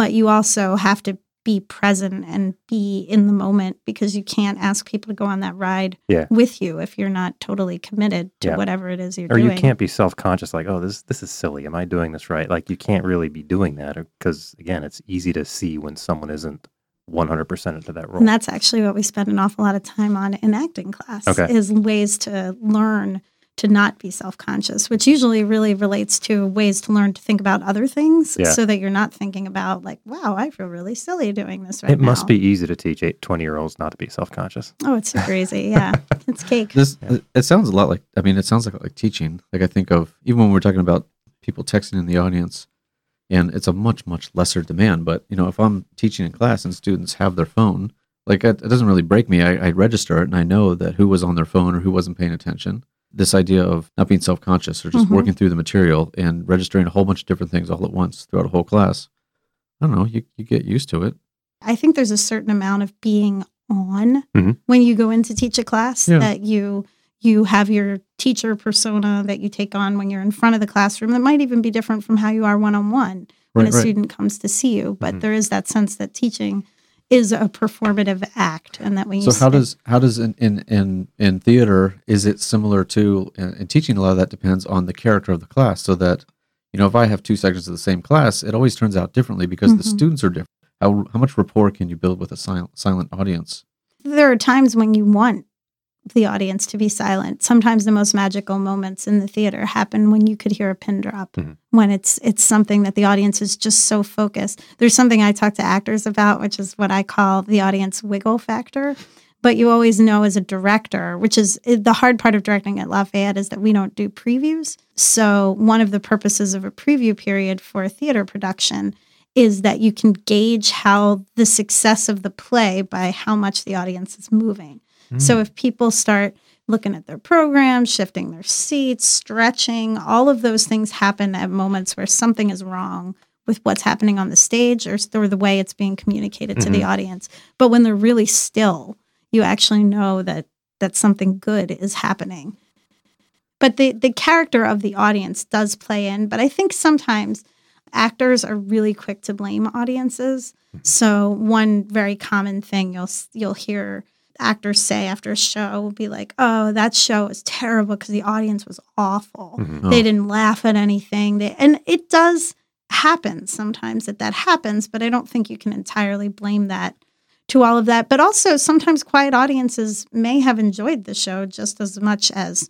[SPEAKER 6] but you also have to be present and be in the moment because you can't ask people to go on that ride
[SPEAKER 3] Yeah.
[SPEAKER 6] with you if you're not totally committed to
[SPEAKER 3] Yeah.
[SPEAKER 6] whatever it is you're
[SPEAKER 3] or
[SPEAKER 6] doing.
[SPEAKER 3] you can't be self-conscious like oh this this is silly am i doing this right like you can't really be doing that because again it's easy to see when someone isn't 100% into that role
[SPEAKER 6] And that's actually what we spend an awful lot of time on in acting class
[SPEAKER 3] Okay.
[SPEAKER 6] is ways to learn to not be self-conscious, which usually really relates to ways to learn to think about other things
[SPEAKER 3] Yeah.
[SPEAKER 6] so that you're not thinking about like, wow, I feel really silly doing this right
[SPEAKER 3] it must
[SPEAKER 6] now.
[SPEAKER 3] be easy to teach eight, 20 year olds not to be self-conscious
[SPEAKER 6] Oh, it's super easy. Yeah. it's cake.
[SPEAKER 1] This
[SPEAKER 3] Yeah.
[SPEAKER 1] it- it sounds a lot like I mean it sounds like like teaching. Like I think of even when we're talking about people texting in the audience, and it's a much much lesser demand. But you know if I'm teaching in class and students have their phone, like it, it doesn't really break me. I, I register it and I know that who was on their phone or who wasn't paying attention. This idea of not being self conscious or just
[SPEAKER 6] Mhm.
[SPEAKER 1] working through the material and registering a whole bunch of different things all at once throughout a whole class. I don't know. You you get used to it.
[SPEAKER 6] I think there's a certain amount of being on
[SPEAKER 3] Mhm.
[SPEAKER 6] when you go in to teach a class
[SPEAKER 1] Yeah.
[SPEAKER 6] that you you have your teacher persona that you take on when you're in front of the classroom that might even be different from how you are one on one
[SPEAKER 1] Right, Mm-hmm.
[SPEAKER 6] when a
[SPEAKER 1] right.
[SPEAKER 6] student comes to see you. But
[SPEAKER 3] Mhm.
[SPEAKER 6] there is that sense that teaching is a performative act, and that when you
[SPEAKER 1] So how
[SPEAKER 6] sit-
[SPEAKER 1] does how does in in in, in theater is it similar to and, and teaching a lot of that depends on the character of the class so that you know if I have two sections of the same class it always turns out differently because the
[SPEAKER 6] Mhm.
[SPEAKER 1] students are different. How how much rapport can you build with a silent silent audience?
[SPEAKER 6] there are times when you want the audience to be silent. Sometimes the most magical moments in the theater happen when you could hear a pin drop.
[SPEAKER 1] Mm-hmm.
[SPEAKER 3] Mhm.
[SPEAKER 6] When it's it's something that the audience is just so focused. There's something I talk to actors about, which is what I call the audience wiggle factor. But you always know as a director, which is eh, the hard part of directing at Lafayette, is that we don't do previews. So one of the purposes of a preview period for a theater production is that you can gauge how the success of the play by how much the audience is moving. So if people start looking at their program, shifting their seats, stretching, all of those things happen at moments where something is wrong with what's happening on the stage or, s- or the way it's being communicated to the audience. But when they're really still, you actually know that that something good is happening. But the the character of the audience does play in, but I think sometimes actors are really quick to blame audiences. So one very common thing you'll s- you'll hear actors say after a show will be like, "Oh, that show was terrible because the audience was awful.
[SPEAKER 3] Mhm.
[SPEAKER 1] Oh.
[SPEAKER 6] They didn't laugh at anything." They, and it does happen sometimes that that happens, but I don't think you can entirely blame that to all of that. But also sometimes quiet audiences may have enjoyed the show just as much as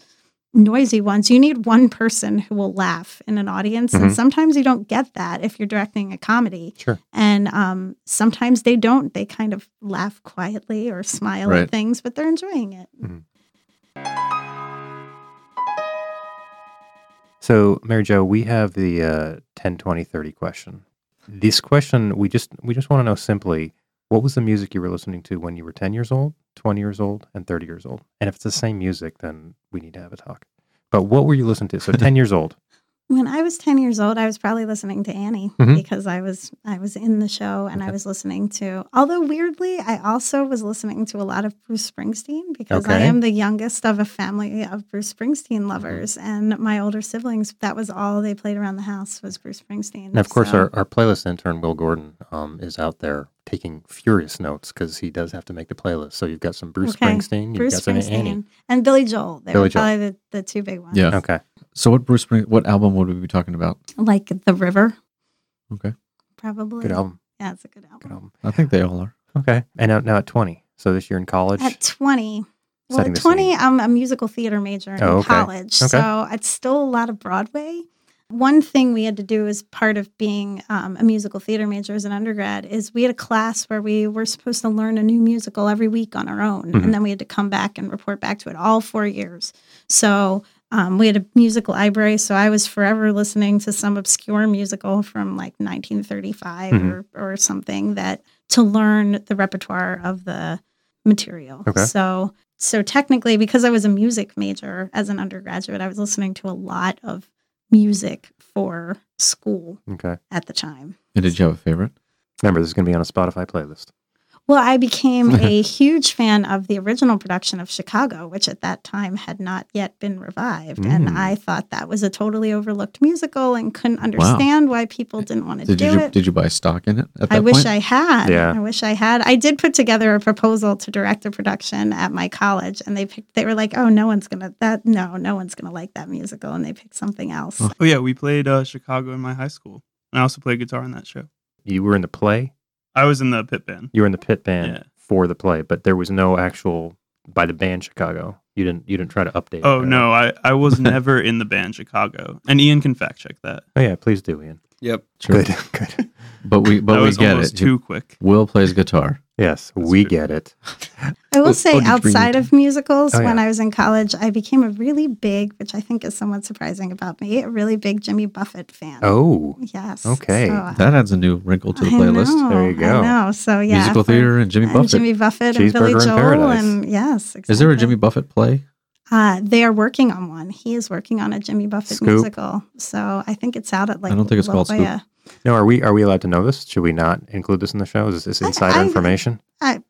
[SPEAKER 6] noisy ones. You need one person who will laugh in an audience, and
[SPEAKER 1] Mm-hmm.
[SPEAKER 3] Mhm.
[SPEAKER 6] sometimes you don't get that if you're directing a comedy.
[SPEAKER 3] Sure.
[SPEAKER 6] And um, sometimes they don't. They kind of laugh quietly or smile
[SPEAKER 1] Right.
[SPEAKER 6] at things, but they're enjoying it.
[SPEAKER 3] So, Mary Jo, we have the uh, 10, 20, 30 question. This question, we just we just want to know simply, what was the music you were listening to when you were 10 years old, 20 years old, and 30 years old? And if it's the same music, then we need to have a talk. But what were you listening to? So, 10 years old.
[SPEAKER 6] When I was 10 years old, I was probably listening to Annie
[SPEAKER 3] Mhm.
[SPEAKER 6] because I was I was in the show and I
[SPEAKER 3] Okay.
[SPEAKER 6] was listening to although weirdly I also was listening to a lot of Bruce Springsteen because I
[SPEAKER 3] Okay. Mm-hmm.
[SPEAKER 6] am the youngest of a family of Bruce Springsteen lovers and my older siblings that was all they played around the house was Bruce Springsteen.
[SPEAKER 3] And of course,
[SPEAKER 6] So-
[SPEAKER 3] our, our playlist intern, Will Gordon, um, is out there taking furious notes because he does have to make the playlist. So, you've got some Bruce
[SPEAKER 6] Okay.
[SPEAKER 3] Springsteen, you've
[SPEAKER 6] Bruce
[SPEAKER 3] got some Annie.
[SPEAKER 6] Springsteen and Billy Joel. They
[SPEAKER 3] Billy
[SPEAKER 6] were
[SPEAKER 3] Joel.
[SPEAKER 6] probably the, the two big ones.
[SPEAKER 1] Yeah.
[SPEAKER 3] Okay.
[SPEAKER 1] So what Bruce Spring what album would we be talking about?
[SPEAKER 6] Like The River.
[SPEAKER 1] Okay.
[SPEAKER 6] Probably.
[SPEAKER 3] Good album.
[SPEAKER 6] Yeah, it's a good album.
[SPEAKER 3] Good album.
[SPEAKER 1] I think they all are.
[SPEAKER 3] Okay. And now, now at 20. So, this year in college.
[SPEAKER 6] At 20. Well,
[SPEAKER 3] Setting
[SPEAKER 6] at
[SPEAKER 3] the scene.
[SPEAKER 6] 20, I'm a musical theater major in
[SPEAKER 3] Oh, okay.
[SPEAKER 6] college.
[SPEAKER 3] Okay.
[SPEAKER 6] So it's still a lot of Broadway. One thing we had to do as part of being um, a musical theater major as an undergrad is we had a class where we were supposed to learn a new musical every week on our own.
[SPEAKER 3] Mhm.
[SPEAKER 6] And then we had to come back and report back to it all four years. So um, we had a musical library. So I was forever listening to some obscure musical from like 1935
[SPEAKER 3] Mhm.
[SPEAKER 6] or, or something that to learn the repertoire of the material.
[SPEAKER 3] Okay.
[SPEAKER 6] So So technically, because I was a music major as an undergraduate, I was listening to a lot of music for school
[SPEAKER 3] Okay.
[SPEAKER 6] at the time.
[SPEAKER 1] And did you have a favorite?
[SPEAKER 3] Remember, this is going to be on a Spotify playlist.
[SPEAKER 6] Well, I became a huge fan of the original production of Chicago, which at that time had not yet been revived. And
[SPEAKER 3] Mm.
[SPEAKER 6] I thought that was a totally overlooked musical and couldn't understand why people didn't want to
[SPEAKER 1] Did
[SPEAKER 6] do
[SPEAKER 1] you
[SPEAKER 6] it.
[SPEAKER 1] did you buy stock in it at that
[SPEAKER 6] I wish
[SPEAKER 1] point?
[SPEAKER 6] I had.
[SPEAKER 3] Yeah.
[SPEAKER 6] I wish I had. I did put together a proposal to direct a production at my college, and they picked. They were like, "Oh, no one's gonna that. No, no one's gonna like that musical," and they picked something else.
[SPEAKER 1] Oh.
[SPEAKER 4] Oh yeah, we played uh, Chicago in my high school, and I also played guitar in that show.
[SPEAKER 3] You were in the play.
[SPEAKER 4] I was in the pit band.
[SPEAKER 3] You were in the pit band
[SPEAKER 4] Yeah.
[SPEAKER 3] for the play, but there was no actual by the band Chicago. You didn't. You didn't try to update. it,
[SPEAKER 4] Oh
[SPEAKER 3] right?
[SPEAKER 4] no, I, I was never in the band Chicago, and Ian can fact check that.
[SPEAKER 3] Oh yeah. Please do, Ian.
[SPEAKER 7] Yep.
[SPEAKER 1] Sure.
[SPEAKER 3] Good.
[SPEAKER 1] But we but
[SPEAKER 4] that
[SPEAKER 1] we
[SPEAKER 4] was
[SPEAKER 1] get
[SPEAKER 4] almost
[SPEAKER 1] it.
[SPEAKER 4] too quick.
[SPEAKER 1] Will plays guitar.
[SPEAKER 3] Yes,
[SPEAKER 4] That's
[SPEAKER 3] we
[SPEAKER 4] good.
[SPEAKER 3] get it.
[SPEAKER 6] I
[SPEAKER 1] Oh,
[SPEAKER 6] will say,
[SPEAKER 1] oh, did you bring
[SPEAKER 6] outside
[SPEAKER 1] it?
[SPEAKER 6] of musicals,
[SPEAKER 3] Oh, yeah.
[SPEAKER 6] when I was in college, I became a really big, which I think is somewhat surprising about me, a really big Jimmy Buffett fan.
[SPEAKER 3] Oh,
[SPEAKER 6] yes.
[SPEAKER 3] okay.
[SPEAKER 6] So,
[SPEAKER 1] That adds a new wrinkle to the
[SPEAKER 6] I
[SPEAKER 1] playlist.
[SPEAKER 6] know,
[SPEAKER 3] There you go.
[SPEAKER 6] I know. So yeah,
[SPEAKER 1] Musical
[SPEAKER 6] for-
[SPEAKER 1] theater and Jimmy
[SPEAKER 6] and
[SPEAKER 1] Buffett.
[SPEAKER 6] Jimmy Buffett
[SPEAKER 3] Cheeseburger
[SPEAKER 6] and Billy
[SPEAKER 3] in
[SPEAKER 6] Joel,
[SPEAKER 3] Paradise.
[SPEAKER 6] and yes.
[SPEAKER 1] Is there a
[SPEAKER 6] exactly.
[SPEAKER 1] Jimmy Buffett play?
[SPEAKER 6] Uh, they are working on one. He is working on a Jimmy Buffett
[SPEAKER 3] Scoop.
[SPEAKER 6] musical. So I think it's out at like
[SPEAKER 1] I don't think it's
[SPEAKER 6] La
[SPEAKER 1] called Scoop.
[SPEAKER 6] Jolla.
[SPEAKER 3] No, are we are we allowed to know this? Should we not include this in the show? Is this insider
[SPEAKER 6] I-
[SPEAKER 3] information?
[SPEAKER 6] I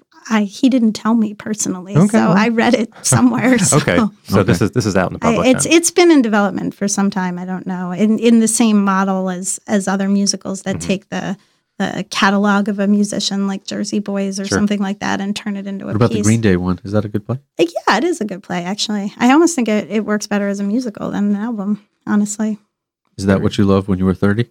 [SPEAKER 6] he didn't tell me personally,
[SPEAKER 3] Okay,
[SPEAKER 6] so
[SPEAKER 3] well.
[SPEAKER 6] I read it somewhere. so.
[SPEAKER 3] Okay, so
[SPEAKER 1] Okay.
[SPEAKER 3] this is this is out in the
[SPEAKER 6] I,
[SPEAKER 3] public.
[SPEAKER 6] it's
[SPEAKER 3] then.
[SPEAKER 6] it's been in development for some time. I don't know. In in the same model as as other musicals that
[SPEAKER 1] Mm-hmm.
[SPEAKER 3] Mhm.
[SPEAKER 6] take the the catalog of a musician like Jersey Boys or
[SPEAKER 3] Sure.
[SPEAKER 6] something like that and turn it into a
[SPEAKER 1] What about
[SPEAKER 6] piece.
[SPEAKER 1] the Green Day one? Is that a good play?
[SPEAKER 6] Like, yeah, it is a good play actually. I almost think it, it works better as a musical than an album. Honestly,
[SPEAKER 1] Is that what you loved when you were 30?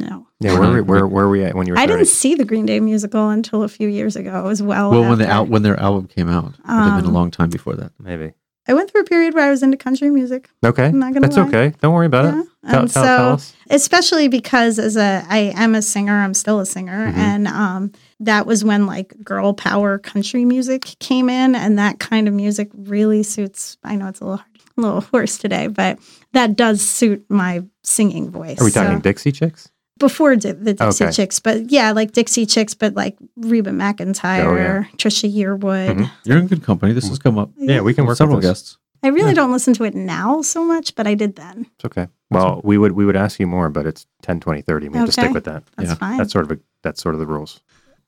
[SPEAKER 6] no.
[SPEAKER 3] yeah, where, were- where, where were we at when you were?
[SPEAKER 6] I didn't
[SPEAKER 3] 30?
[SPEAKER 6] see the Green Day musical until a few years ago. It was well.
[SPEAKER 1] well, when the
[SPEAKER 6] after-
[SPEAKER 1] out when their album came out, it would have been a
[SPEAKER 6] Oh, Um,
[SPEAKER 1] long time before that.
[SPEAKER 3] Maybe.
[SPEAKER 6] I went through a period where I was into country music.
[SPEAKER 3] Okay,
[SPEAKER 6] I'm not gonna
[SPEAKER 3] that's
[SPEAKER 6] lie.
[SPEAKER 3] okay. Don't worry about
[SPEAKER 6] Yeah.
[SPEAKER 3] it. Uh, Tell,
[SPEAKER 6] and
[SPEAKER 3] tell,
[SPEAKER 6] so,
[SPEAKER 3] tell us.
[SPEAKER 6] especially because as a I am a singer, I'm still a singer,
[SPEAKER 3] Mhm.
[SPEAKER 6] and um, that was when like girl power country music came in, and that kind of music really suits. I know it's a little hard, a little hoarse today, but that does suit my singing voice.
[SPEAKER 3] Are we
[SPEAKER 6] So-
[SPEAKER 3] talking Dixie Chicks?
[SPEAKER 6] before Di- the Dixie
[SPEAKER 3] Okay.
[SPEAKER 6] Chicks, but yeah, like Dixie Chicks, but like Reba McIntyre,
[SPEAKER 3] Oh, yeah.
[SPEAKER 6] Trisha Yearwood.
[SPEAKER 3] Mhm.
[SPEAKER 1] You're in good company. This has come up.
[SPEAKER 3] Yeah, we can
[SPEAKER 1] with
[SPEAKER 3] work
[SPEAKER 1] several
[SPEAKER 3] with this.
[SPEAKER 1] guests.
[SPEAKER 6] I really
[SPEAKER 1] Yeah.
[SPEAKER 6] don't listen to it now so much, but I did then.
[SPEAKER 3] It's okay. Well, we would we would ask you more, but it's 10, 20, 30. We have to
[SPEAKER 6] Okay.
[SPEAKER 3] stick with that.
[SPEAKER 6] That's
[SPEAKER 1] Yeah,
[SPEAKER 6] fine.
[SPEAKER 3] That's sort of a, that's sort of the rules.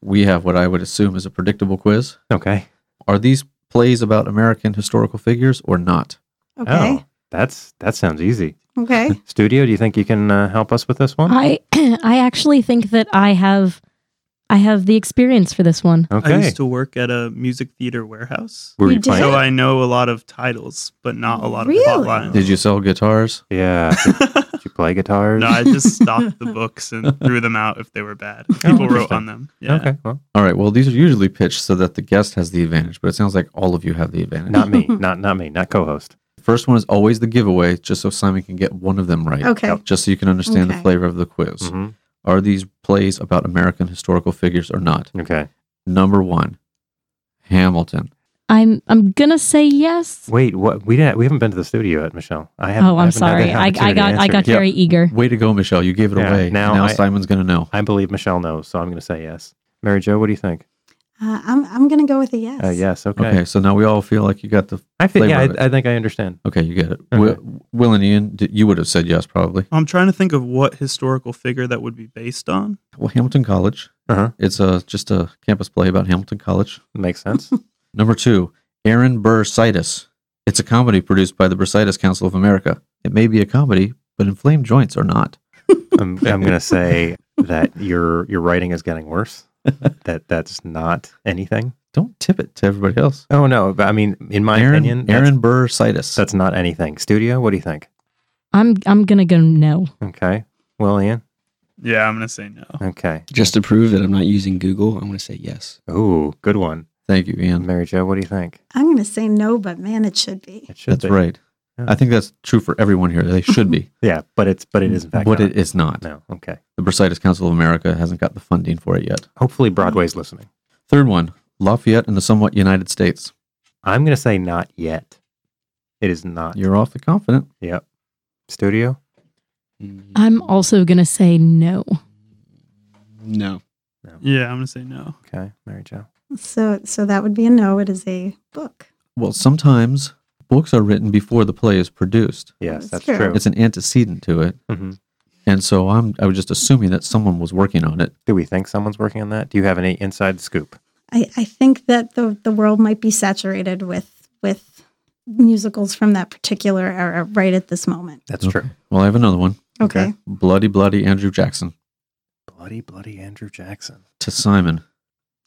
[SPEAKER 1] We have what I would assume is a predictable quiz.
[SPEAKER 3] Okay.
[SPEAKER 1] Are these plays about American historical figures or not?
[SPEAKER 6] okay.
[SPEAKER 3] Oh, that's that sounds easy.
[SPEAKER 1] oh.
[SPEAKER 6] Okay.
[SPEAKER 3] Studio, do you think you can uh, help us with this one?
[SPEAKER 5] I I actually think that I have I have the experience for this one.
[SPEAKER 3] okay.
[SPEAKER 4] I used to work at a music theater warehouse,
[SPEAKER 3] were
[SPEAKER 6] You
[SPEAKER 3] you
[SPEAKER 6] did?
[SPEAKER 3] playing?
[SPEAKER 4] so I know a lot of titles, but not a lot
[SPEAKER 6] Really?
[SPEAKER 4] of plot lines.
[SPEAKER 1] Did you sell guitars?
[SPEAKER 3] Yeah. Did, did you play guitars?
[SPEAKER 4] no, I just stocked the books and threw them out if they were bad. People wrote
[SPEAKER 3] Oh, interesting.
[SPEAKER 4] on them. Yeah.
[SPEAKER 3] Okay. Well,
[SPEAKER 1] All right. Well, these are usually pitched so that the guest has the advantage, but it sounds like all of you have the advantage.
[SPEAKER 3] not me. Not not me. Not co-host.
[SPEAKER 1] First one is always the giveaway, just so Simon can get one of them right.
[SPEAKER 6] Okay.
[SPEAKER 1] Just so you can understand the
[SPEAKER 6] Okay.
[SPEAKER 1] flavor of the quiz.
[SPEAKER 3] Mhm.
[SPEAKER 1] Are these plays about American historical figures or not?
[SPEAKER 3] Okay.
[SPEAKER 1] Number one, Hamilton.
[SPEAKER 5] I'm I'm gonna say yes.
[SPEAKER 3] Wait, what? We didn't. We haven't been to the studio yet, Michelle. I haven't.
[SPEAKER 5] Oh,
[SPEAKER 3] I
[SPEAKER 5] I'm
[SPEAKER 3] haven't had
[SPEAKER 5] sorry.
[SPEAKER 3] that
[SPEAKER 5] I, I
[SPEAKER 3] opportunity to
[SPEAKER 5] got I
[SPEAKER 3] answer
[SPEAKER 5] got
[SPEAKER 3] it.
[SPEAKER 1] Yeah.
[SPEAKER 5] very eager.
[SPEAKER 1] Way to go, Michelle. You gave it
[SPEAKER 3] Yeah,
[SPEAKER 1] away.
[SPEAKER 3] now
[SPEAKER 1] Now,
[SPEAKER 3] I-
[SPEAKER 1] Simon's going to know.
[SPEAKER 3] I believe Michelle knows, so I'm going to say yes. Mary Jo, what do you think?
[SPEAKER 6] Uh, I'm, I'm going to go with a yes.
[SPEAKER 3] Uh, yes. Okay.
[SPEAKER 1] Okay. so now we all feel like you got the.
[SPEAKER 3] I think. Yeah.
[SPEAKER 1] Flavor of it.
[SPEAKER 3] I, I think I understand.
[SPEAKER 1] Okay, you get it.
[SPEAKER 3] Okay.
[SPEAKER 1] Will, Will and Ian, d- you would have said yes, probably.
[SPEAKER 4] I'm trying to think of what historical figure that would be based on.
[SPEAKER 1] Well, Hamilton College.
[SPEAKER 3] Uh-huh.
[SPEAKER 1] It's a, just a campus play about Hamilton College.
[SPEAKER 3] Makes sense.
[SPEAKER 1] Number two, Aaron Bursitis. It's a comedy produced by the Bursitis Council of America. It may be a comedy, but inflamed joints are not.
[SPEAKER 3] I'm, I'm going to say that your your writing is getting worse. That that's not anything.
[SPEAKER 1] Don't tip it to everybody else.
[SPEAKER 3] Oh no. But I mean, in my
[SPEAKER 1] Aaron,
[SPEAKER 3] opinion, that's-
[SPEAKER 1] Aaron Bursitis.
[SPEAKER 3] that's, not anything. Studio, what do you think?
[SPEAKER 5] I'm I'm gonna go no.
[SPEAKER 3] Okay. Well, Ian.
[SPEAKER 4] Yeah, I'm gonna say no.
[SPEAKER 3] Okay.
[SPEAKER 7] Just to prove that I'm not using Google, I'm going to say yes.
[SPEAKER 3] Ooh, good one.
[SPEAKER 1] Thank you, Ian.
[SPEAKER 3] Mary Jo, what do you think?
[SPEAKER 6] I'm going to say no, but man, it should be.
[SPEAKER 3] It should
[SPEAKER 1] That's
[SPEAKER 3] be.
[SPEAKER 1] right.
[SPEAKER 3] Yeah.
[SPEAKER 1] I think that's true for everyone here. They should be.
[SPEAKER 3] Yeah, but it's but it is in fact.
[SPEAKER 1] but
[SPEAKER 3] not.
[SPEAKER 1] it is not.
[SPEAKER 3] No. Okay.
[SPEAKER 1] The Bursitis Council of America hasn't got the funding for it yet.
[SPEAKER 3] Hopefully, Broadway's listening.
[SPEAKER 1] Third one, Lafayette and the somewhat United States.
[SPEAKER 3] I'm going to say not yet. It is not.
[SPEAKER 1] You're awfully confident.
[SPEAKER 3] Yep. Studio?
[SPEAKER 7] Mm,
[SPEAKER 5] I'm also gonna say no.
[SPEAKER 7] no.
[SPEAKER 4] Yeah, I'm gonna say no.
[SPEAKER 3] Okay. Mary Jo.
[SPEAKER 6] So so that would be a no. It is a book.
[SPEAKER 1] Well, sometimes books are written before the play is produced.
[SPEAKER 3] Yes,
[SPEAKER 6] That's
[SPEAKER 3] that's
[SPEAKER 6] true.
[SPEAKER 3] true.
[SPEAKER 1] It's an antecedent to it,
[SPEAKER 3] Mhm.
[SPEAKER 1] and so I'm I was just assuming that someone was working on it.
[SPEAKER 3] Do we think someone's working on that? Do you have any inside scoop?
[SPEAKER 6] I, I think that the the world might be saturated with with musicals from that particular era right at this moment.
[SPEAKER 3] That's
[SPEAKER 1] Okay. Well, I have another one.
[SPEAKER 6] Okay.
[SPEAKER 3] Okay.
[SPEAKER 1] Bloody bloody Andrew Jackson
[SPEAKER 3] Bloody, bloody Andrew Jackson.
[SPEAKER 1] to Simon.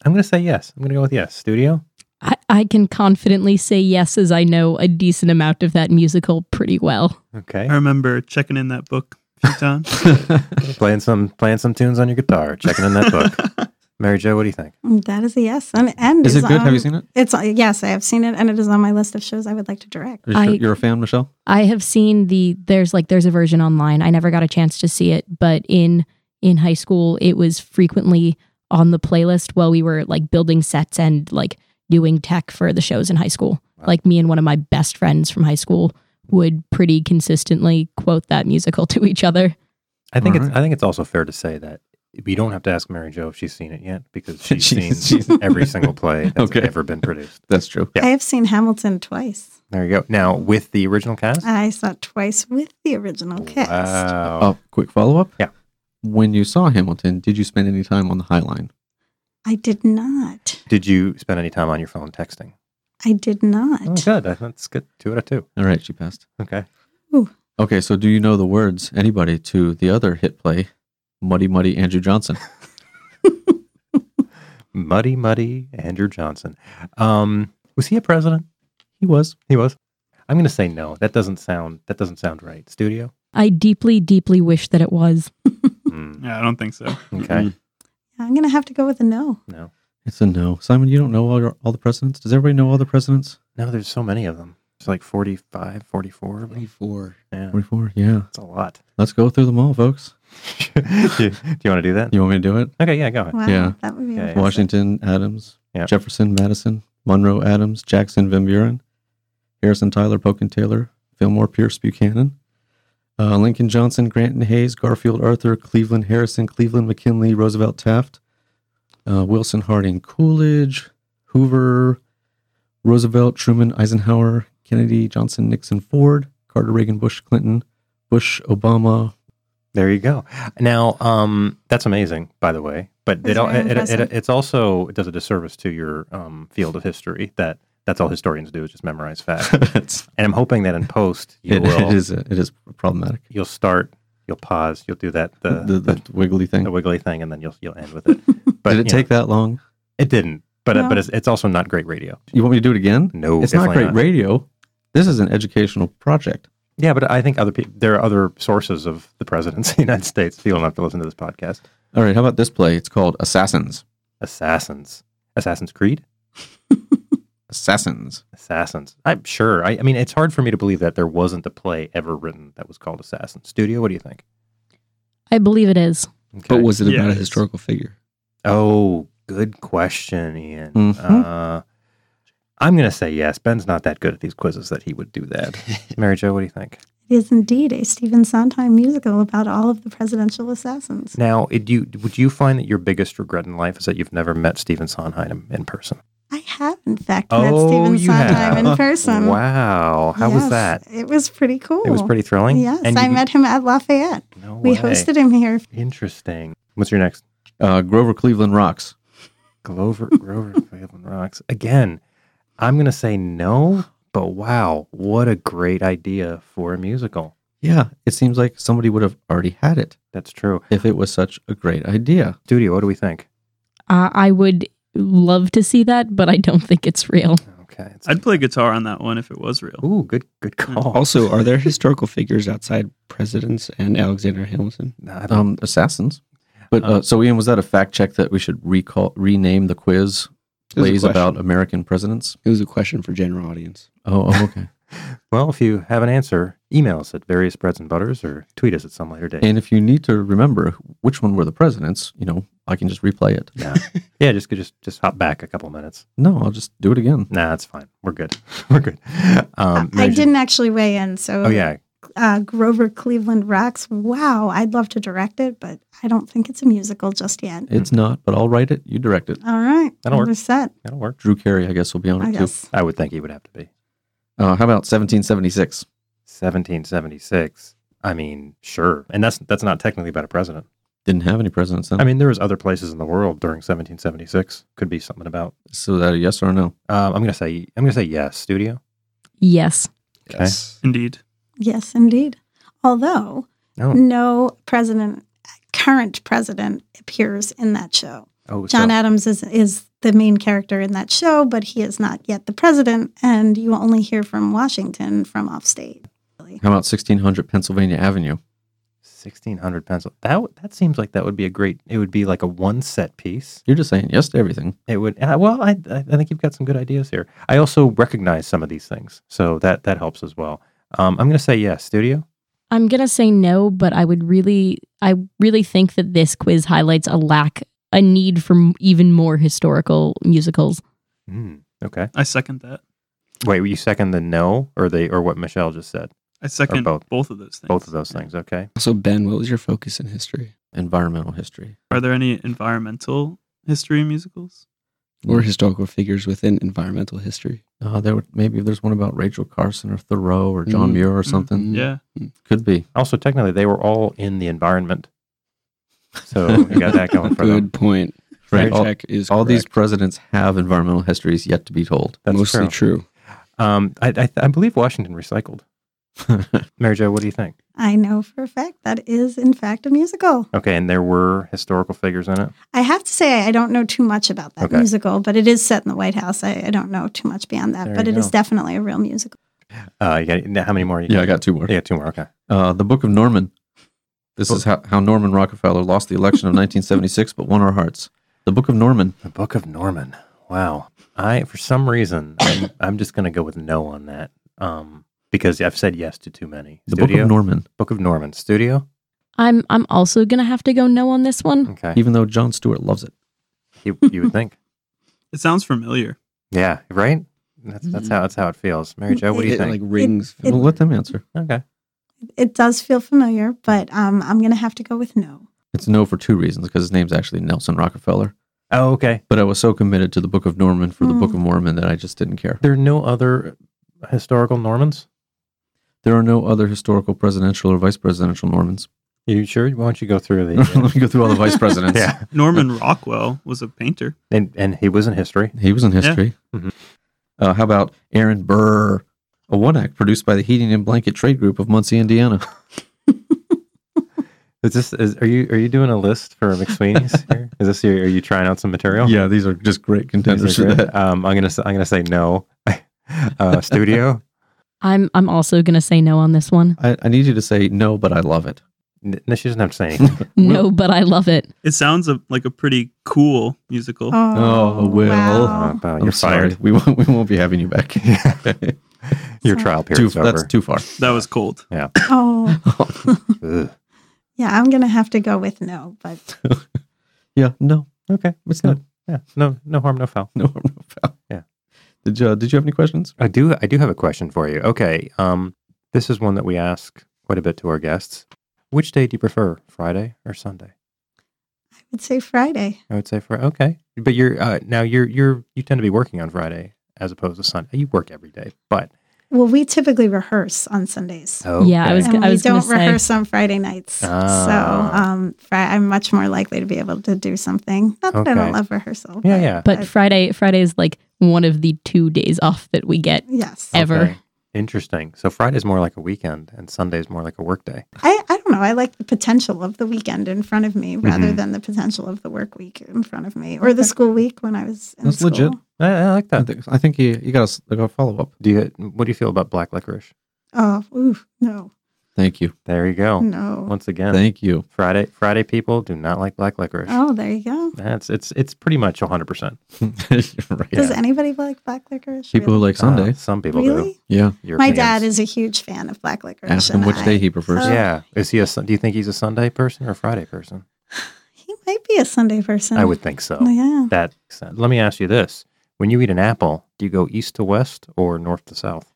[SPEAKER 3] I'm going to say yes. I'm going to go with yes. Studio?
[SPEAKER 5] I, I can confidently say yes, as I know a decent amount of that musical pretty well.
[SPEAKER 3] Okay.
[SPEAKER 4] I remember checking in that book a few times.
[SPEAKER 3] playing some playing some tunes on your guitar, checking in that book. Mary Jo, what do you think?
[SPEAKER 6] Mm, That is a yes. And, and
[SPEAKER 1] Is it
[SPEAKER 6] is
[SPEAKER 1] good? Have
[SPEAKER 6] on-
[SPEAKER 1] you seen it?
[SPEAKER 6] It's uh, yes, I have seen it, and it is on my list of shows I would like to direct.
[SPEAKER 1] Are you sure-
[SPEAKER 5] I-
[SPEAKER 1] You're a fan, Michelle.
[SPEAKER 5] I have seen the there's like there's a version online. I never got a chance to see it, but in in high school it was frequently on the playlist while we were like building sets and like doing tech for the shows in high school.
[SPEAKER 3] Wow.
[SPEAKER 5] Like me and one of my best friends from high school would pretty consistently quote that musical to each other.
[SPEAKER 3] I think it's
[SPEAKER 1] Alright.
[SPEAKER 3] I think it's also fair to say that we don't have to ask Mary Jo if she's seen it yet because she's seen
[SPEAKER 1] She's- she's-
[SPEAKER 3] every single play that's
[SPEAKER 1] Okay.
[SPEAKER 3] ever been produced.
[SPEAKER 1] That's true.
[SPEAKER 3] Yeah.
[SPEAKER 6] I have seen Hamilton twice.
[SPEAKER 3] There you go. Now with the original cast.
[SPEAKER 6] I saw it twice with the original Uh, cast.
[SPEAKER 3] Wow.
[SPEAKER 1] Uh, quick follow up.
[SPEAKER 3] Yeah.
[SPEAKER 1] When you saw Hamilton, did you spend any time on the High Line?
[SPEAKER 6] I did not.
[SPEAKER 3] Did you spend any time on your phone texting?
[SPEAKER 6] I did not.
[SPEAKER 3] Oh, good. I- That's good. Two out of two.
[SPEAKER 1] All right, she passed.
[SPEAKER 3] Okay.
[SPEAKER 1] Okay, so do you know the words anybody to the other hit play, Muddy Muddy Andrew Johnson?
[SPEAKER 3] Muddy, muddy Andrew Johnson. Um, was he a president?
[SPEAKER 1] He was.
[SPEAKER 3] He was. I'm going to say no. That doesn't sound. That doesn't sound right. Studio.
[SPEAKER 5] I deeply, deeply wish that it was.
[SPEAKER 3] Hmm.
[SPEAKER 4] yeah, I don't think so.
[SPEAKER 3] Okay.
[SPEAKER 6] I'm gonna have to go with a no.
[SPEAKER 3] No.
[SPEAKER 1] It's a no. Simon, you don't know all, your, all the presidents? Does everybody know all the presidents?
[SPEAKER 3] No. There's so many of them. It's like 45, 44.
[SPEAKER 7] Twenty-four.
[SPEAKER 3] Yeah.
[SPEAKER 1] 44? Yeah.
[SPEAKER 3] It's a lot.
[SPEAKER 1] Let's go through them all, folks.
[SPEAKER 3] do, you, want to do that?
[SPEAKER 1] You want me to do it?
[SPEAKER 3] Okay. Yeah. Go ahead.
[SPEAKER 6] Wow,
[SPEAKER 1] Yeah.
[SPEAKER 6] that would be
[SPEAKER 3] Yeah, yeah.
[SPEAKER 6] impressive.
[SPEAKER 1] Washington, Adams,
[SPEAKER 3] Yeah.
[SPEAKER 1] Jefferson, Madison, Monroe, Adams, Jackson, Van Buren, Harrison, Tyler, Pokin, Taylor, Fillmore, Pierce, Buchanan, uh, Lincoln, Johnson, Granton, Hayes, Garfield, Arthur, Cleveland, Harrison, Cleveland, McKinley, Roosevelt, Taft, uh, Wilson, Harding, Coolidge, Hoover, Roosevelt, Truman, Eisenhower, Kennedy, Johnson, Nixon, Ford, Carter, Reagan, Bush, Clinton, Bush, Obama.
[SPEAKER 3] There you go. Now, um, that's amazing, by the way. But it,
[SPEAKER 6] That's
[SPEAKER 3] al-
[SPEAKER 6] very
[SPEAKER 3] it, it, it,
[SPEAKER 6] impressive.
[SPEAKER 3] it's also it does a disservice to your um, field of history that that's all historians do is just memorize facts.
[SPEAKER 1] It's-
[SPEAKER 3] and I'm hoping that in post you
[SPEAKER 1] it-
[SPEAKER 3] will
[SPEAKER 1] it is it is problematic.
[SPEAKER 3] you'll start, you'll pause, you'll do that the
[SPEAKER 1] The, the, wiggly thing.
[SPEAKER 3] the wiggly thing, and then you'll you'll end with it. But
[SPEAKER 1] Did it
[SPEAKER 3] you
[SPEAKER 1] take
[SPEAKER 3] know,
[SPEAKER 1] that long?
[SPEAKER 3] it didn't. But
[SPEAKER 6] No.
[SPEAKER 3] uh but it's, it's also not great radio.
[SPEAKER 1] You want me to do it again?
[SPEAKER 3] No, uh,
[SPEAKER 1] it's not
[SPEAKER 3] definitely
[SPEAKER 1] great radio. This is an educational project.
[SPEAKER 3] Yeah, but I think other people there are other sources of the presidents of the United States. People don't have to listen to this podcast.
[SPEAKER 1] All right, how about this play? It's called Assassins.
[SPEAKER 3] Assassins, Assassin's Creed.
[SPEAKER 1] Assassins.
[SPEAKER 3] Assassins. I'm sure. I, I mean, it's hard for me to believe that there wasn't a play ever written that was called Assassin. Studio, what do you think?
[SPEAKER 5] I believe it is.
[SPEAKER 3] Okay.
[SPEAKER 7] But was it about a
[SPEAKER 4] Yes.
[SPEAKER 7] historical figure?
[SPEAKER 3] oh, good question, Ian.
[SPEAKER 1] Mhm.
[SPEAKER 3] Uh, I'm going to say yes. Ben's not that good at these quizzes that he would do that. Mary Jo, what do you think?
[SPEAKER 6] It is indeed a Stephen Sondheim musical about all of the presidential assassins.
[SPEAKER 3] Now, it, you, would you find that your biggest regret in life is that you've never met Stephen Sondheim in person?
[SPEAKER 6] I have, in fact, met
[SPEAKER 3] Oh,
[SPEAKER 6] Stephen
[SPEAKER 3] you
[SPEAKER 6] Sondheim
[SPEAKER 3] have.
[SPEAKER 6] in person.
[SPEAKER 3] Wow. How was
[SPEAKER 6] Yes,
[SPEAKER 3] that?
[SPEAKER 6] It was pretty cool.
[SPEAKER 3] It was pretty thrilling.
[SPEAKER 6] Yes,
[SPEAKER 3] And
[SPEAKER 6] I
[SPEAKER 3] you-
[SPEAKER 6] met him at Lafayette.
[SPEAKER 3] No
[SPEAKER 6] We
[SPEAKER 3] way.
[SPEAKER 6] hosted him here.
[SPEAKER 3] Interesting. What's your next?
[SPEAKER 1] Uh, Grover Cleveland Rocks.
[SPEAKER 3] Glover Grover Cleveland Rocks. Again, I'm gonna say no, but wow, what a great idea for a musical.
[SPEAKER 1] Yeah, it seems like somebody would have already had it
[SPEAKER 3] That's true.
[SPEAKER 1] if it was such a great idea.
[SPEAKER 3] Studio, what do we think?
[SPEAKER 5] Uh, I would love to see that, but I don't think it's real.
[SPEAKER 3] Okay. it's-
[SPEAKER 4] I'd play guitar on that one if it was real.
[SPEAKER 3] Ooh, good good call.
[SPEAKER 7] Also, are there historical figures outside presidents and Alexander Hamilton?
[SPEAKER 3] I don't-
[SPEAKER 1] Um, assassins. But uh,
[SPEAKER 3] Um,
[SPEAKER 1] so, Ian, was that a fact check that we should recall rename the quiz
[SPEAKER 7] It was a
[SPEAKER 1] plays
[SPEAKER 7] question.
[SPEAKER 1] about American presidents?
[SPEAKER 7] It was a question for general audience.
[SPEAKER 1] Oh, oh, okay.
[SPEAKER 3] well, if you have an answer, email us at various breads and butters or tweet us at some later date.
[SPEAKER 1] and if you need to remember which one were the presidents, you know, I can just replay it.
[SPEAKER 3] Yeah. yeah, just just just hop back a couple minutes.
[SPEAKER 1] No, I'll just do it again.
[SPEAKER 3] Nah, it's fine. We're good. We're good. Um,
[SPEAKER 6] I
[SPEAKER 3] Mary Jo-
[SPEAKER 6] didn't actually weigh in, so
[SPEAKER 3] Oh yeah.
[SPEAKER 6] uh, Grover Cleveland Rex. Wow, I'd love to direct it, but I don't think it's a musical just yet.
[SPEAKER 1] It's not, but I'll write it. You direct it.
[SPEAKER 6] All right,
[SPEAKER 3] That'll work.
[SPEAKER 6] we're set.
[SPEAKER 3] That'll work.
[SPEAKER 1] Drew Carey, I guess, will be on it
[SPEAKER 6] I
[SPEAKER 1] too.
[SPEAKER 6] guess.
[SPEAKER 3] I would think he would have to be.
[SPEAKER 1] Uh, how about 1776?
[SPEAKER 3] 1776. I mean, sure. And that's that's not technically about a president.
[SPEAKER 1] Didn't have any presidents then.
[SPEAKER 3] I mean, there was other places in the world during 1776. Could be something about.
[SPEAKER 1] so is that a yes or a no?
[SPEAKER 3] Um, I'm gonna say I'm gonna say yes. Studio.
[SPEAKER 5] Yes.
[SPEAKER 3] Okay.
[SPEAKER 7] Yes.
[SPEAKER 4] Indeed.
[SPEAKER 6] Yes, indeed. Although
[SPEAKER 3] Oh,
[SPEAKER 6] no president, current president, appears in that show.
[SPEAKER 3] oh
[SPEAKER 6] John
[SPEAKER 3] so,
[SPEAKER 6] Adams is is the main character in that show, but he is not yet the president, and you only hear from Washington from offstage.
[SPEAKER 1] How about 1600 Pennsylvania Avenue?
[SPEAKER 3] 1600 pencil. That w- that seems like that would be a great. It would be like a one set piece.
[SPEAKER 1] You're just saying yes to everything.
[SPEAKER 3] It would. and I- Well, I I I think you've got some good ideas here. I also recognize some of these things, so that that helps as well. Um, I'm gonna say yes. Studio.
[SPEAKER 5] I'm going to say no, but I would really I really think that this quiz highlights a lack a need for m- even more historical musicals.
[SPEAKER 3] Hmm. okay.
[SPEAKER 4] I second that.
[SPEAKER 3] Wait, were you second the no or the or what Michelle just said?
[SPEAKER 4] I second
[SPEAKER 3] both.
[SPEAKER 4] both. of those things.
[SPEAKER 3] Both of those things. Okay.
[SPEAKER 7] Also, Ben, what was your focus in history
[SPEAKER 1] Environmental history.
[SPEAKER 4] Are there any environmental history musicals?
[SPEAKER 7] or historical figures within environmental history?
[SPEAKER 1] Uh, there would, maybe there's one about Rachel Carson or Thoreau or John
[SPEAKER 7] Mm.
[SPEAKER 1] Muir or something.
[SPEAKER 7] Mm.
[SPEAKER 4] Yeah.
[SPEAKER 1] Could be.
[SPEAKER 3] Also, technically, they were all in the environment, so you got that going for them.
[SPEAKER 7] Good point.
[SPEAKER 1] Right.
[SPEAKER 7] Fact
[SPEAKER 1] All,
[SPEAKER 7] check is
[SPEAKER 1] all these
[SPEAKER 7] correct.
[SPEAKER 1] presidents have environmental histories yet to be told.
[SPEAKER 3] That's
[SPEAKER 7] mostly true.
[SPEAKER 3] Um, I, I I believe Washington recycled. Mary Jo, what do you think?
[SPEAKER 6] I know for a fact that is in fact a musical.
[SPEAKER 3] Okay, and there were historical figures in it.
[SPEAKER 6] I have to say I don't know too much about that
[SPEAKER 3] Okay.
[SPEAKER 6] musical, but it is set in the White House. I, I don't know too much beyond that,
[SPEAKER 3] There
[SPEAKER 6] but
[SPEAKER 3] you
[SPEAKER 6] it is
[SPEAKER 3] go.
[SPEAKER 6] definitely a real musical.
[SPEAKER 3] Uh, you got, now how many more? You
[SPEAKER 1] yeah, I got two more.
[SPEAKER 3] Yeah, two more. Okay.
[SPEAKER 1] Uh, the Book of Norman. This is how, how Norman Rockefeller lost the election of 1976 but won our hearts. The Book of Norman.
[SPEAKER 3] The Book of Norman. Wow. I for some reason I'm, I'm just gonna go with no on that. Um, because I've said yes to too many.
[SPEAKER 1] The
[SPEAKER 3] Studio.
[SPEAKER 1] Book of Norman.
[SPEAKER 3] Book of Norman. Studio.
[SPEAKER 5] I'm I'm also going to have to go no on this one.
[SPEAKER 3] Okay.
[SPEAKER 1] Even though John Stewart loves it.
[SPEAKER 3] You, you would think.
[SPEAKER 4] It sounds familiar.
[SPEAKER 3] Yeah. Right. That's that's
[SPEAKER 1] Mm-hmm.
[SPEAKER 3] how that's how it feels. Mary Jo, what do you
[SPEAKER 7] It,
[SPEAKER 3] think?
[SPEAKER 7] like rings.
[SPEAKER 6] It-
[SPEAKER 1] well, let them answer.
[SPEAKER 3] okay.
[SPEAKER 6] It does feel familiar, but um, I'm going to have to go with no.
[SPEAKER 1] It's no for two reasons because his name's actually Nelson Rockefeller.
[SPEAKER 3] Oh, okay.
[SPEAKER 1] But I was so committed to the Book of Norman for the
[SPEAKER 6] Mm.
[SPEAKER 1] Book of Mormon that I just didn't care.
[SPEAKER 3] There are no other historical Normans.
[SPEAKER 1] There are no other historical presidential or vice presidential Normans.
[SPEAKER 3] You sure? Why don't you go through the? uh,
[SPEAKER 1] Let me go through all the vice presidents.
[SPEAKER 3] yeah.
[SPEAKER 4] Norman Rockwell was a painter.
[SPEAKER 3] And and he was in history.
[SPEAKER 1] He was in history.
[SPEAKER 3] Mhm.
[SPEAKER 1] Uh, how about Aaron Burr, a one act produced by the Heating and Blanket Trade Group of Muncie, Indiana?
[SPEAKER 3] Is this is, are you are you doing a list for McSweeney's? here? Is this your, are you trying out some material?
[SPEAKER 1] Yeah, these are just great contenders
[SPEAKER 3] Is
[SPEAKER 1] for
[SPEAKER 3] it?
[SPEAKER 1] that.
[SPEAKER 3] Um, I'm gonna s- I'm gonna say no. uh, studio.
[SPEAKER 5] I'm I'm also going to say no on this one.
[SPEAKER 1] I, I need you to say no, but I love it.
[SPEAKER 3] N- No, she doesn't have to say anything.
[SPEAKER 5] No, but I love it.
[SPEAKER 4] It sounds a, like a pretty cool musical.
[SPEAKER 6] Oh,
[SPEAKER 1] Oh, Will.
[SPEAKER 6] wow.
[SPEAKER 3] Uh,
[SPEAKER 1] I'm
[SPEAKER 3] you're
[SPEAKER 1] sorry.
[SPEAKER 3] fired.
[SPEAKER 1] We won't, we won't be having you back.
[SPEAKER 3] Your
[SPEAKER 6] Sorry.
[SPEAKER 3] trial
[SPEAKER 1] too,
[SPEAKER 3] period's
[SPEAKER 1] that's
[SPEAKER 3] over.
[SPEAKER 1] too far.
[SPEAKER 4] That was cold.
[SPEAKER 6] Oh,
[SPEAKER 3] Ugh.
[SPEAKER 6] yeah, I'm going to have to go with no, but
[SPEAKER 1] Yeah, no,
[SPEAKER 3] Okay,
[SPEAKER 1] it's
[SPEAKER 3] Good.
[SPEAKER 1] not.
[SPEAKER 3] yeah, no, no harm, no foul.
[SPEAKER 1] No, harm, no foul.
[SPEAKER 3] Yeah.
[SPEAKER 1] Did you, uh, did you have any questions?
[SPEAKER 3] I do I do have a question for you. Okay, um, this is one that we ask quite a bit to our guests. Which day do you prefer, Friday or Sunday?
[SPEAKER 6] I would say Friday.
[SPEAKER 3] I would say for okay, but you're uh, now you're you're you tend to be working on Friday as opposed to Sunday. You work every day, but
[SPEAKER 6] Well, we typically rehearse on Sundays.
[SPEAKER 5] Yeah, I was
[SPEAKER 3] okay.
[SPEAKER 5] g-
[SPEAKER 6] And
[SPEAKER 5] gonna
[SPEAKER 6] we don't
[SPEAKER 5] say-
[SPEAKER 6] rehearse on Friday nights.
[SPEAKER 3] Ah.
[SPEAKER 6] So um, Fri I'm much more likely to be able to do something. Not that I
[SPEAKER 3] Okay.
[SPEAKER 6] don't love rehearsal.
[SPEAKER 3] Yeah,
[SPEAKER 6] but-
[SPEAKER 3] yeah.
[SPEAKER 5] But Friday Friday is like one of the two days off that we get.
[SPEAKER 6] yes.
[SPEAKER 5] Ev- ever.
[SPEAKER 3] Okay. Interesting. So Friday's more like a weekend, and Sunday's more like a work day.
[SPEAKER 6] I, I don't know. I like the potential of the weekend in front of me rather
[SPEAKER 3] Mhm.
[SPEAKER 6] than the potential of the work week in front of me or the school week when I was in
[SPEAKER 1] That's
[SPEAKER 6] school.
[SPEAKER 1] legit.
[SPEAKER 3] I, I like
[SPEAKER 1] I
[SPEAKER 3] that.
[SPEAKER 1] think, I think you, you got a follow up.
[SPEAKER 3] Do you? What do you feel about black licorice?
[SPEAKER 6] Oh, ooh, no,
[SPEAKER 1] Thank you.
[SPEAKER 3] There you go.
[SPEAKER 6] no.
[SPEAKER 3] Once again,
[SPEAKER 1] Thank you.
[SPEAKER 3] Friday Friday people do not like black licorice.
[SPEAKER 6] Oh, there you go.
[SPEAKER 3] That's it's it's pretty much hundred percent.
[SPEAKER 1] You're right.
[SPEAKER 6] Does
[SPEAKER 3] Yeah.
[SPEAKER 6] anybody like black licorice?
[SPEAKER 1] People who like Sunday.
[SPEAKER 3] Uh, some people
[SPEAKER 6] really?
[SPEAKER 1] yeah.
[SPEAKER 3] do. Your
[SPEAKER 6] My dad is a huge fan of black licorice.
[SPEAKER 1] Ask him
[SPEAKER 6] and
[SPEAKER 1] which
[SPEAKER 6] I-
[SPEAKER 1] day he prefers.
[SPEAKER 6] Oh.
[SPEAKER 3] Yeah. Is he a? Sun- Do you think he's a Sunday person or a Friday person?
[SPEAKER 6] He might be a Sunday person.
[SPEAKER 3] I would think so.
[SPEAKER 6] Yeah.
[SPEAKER 3] That makes sense. Let me ask you this: When you eat an apple, do you go east to west or north to south?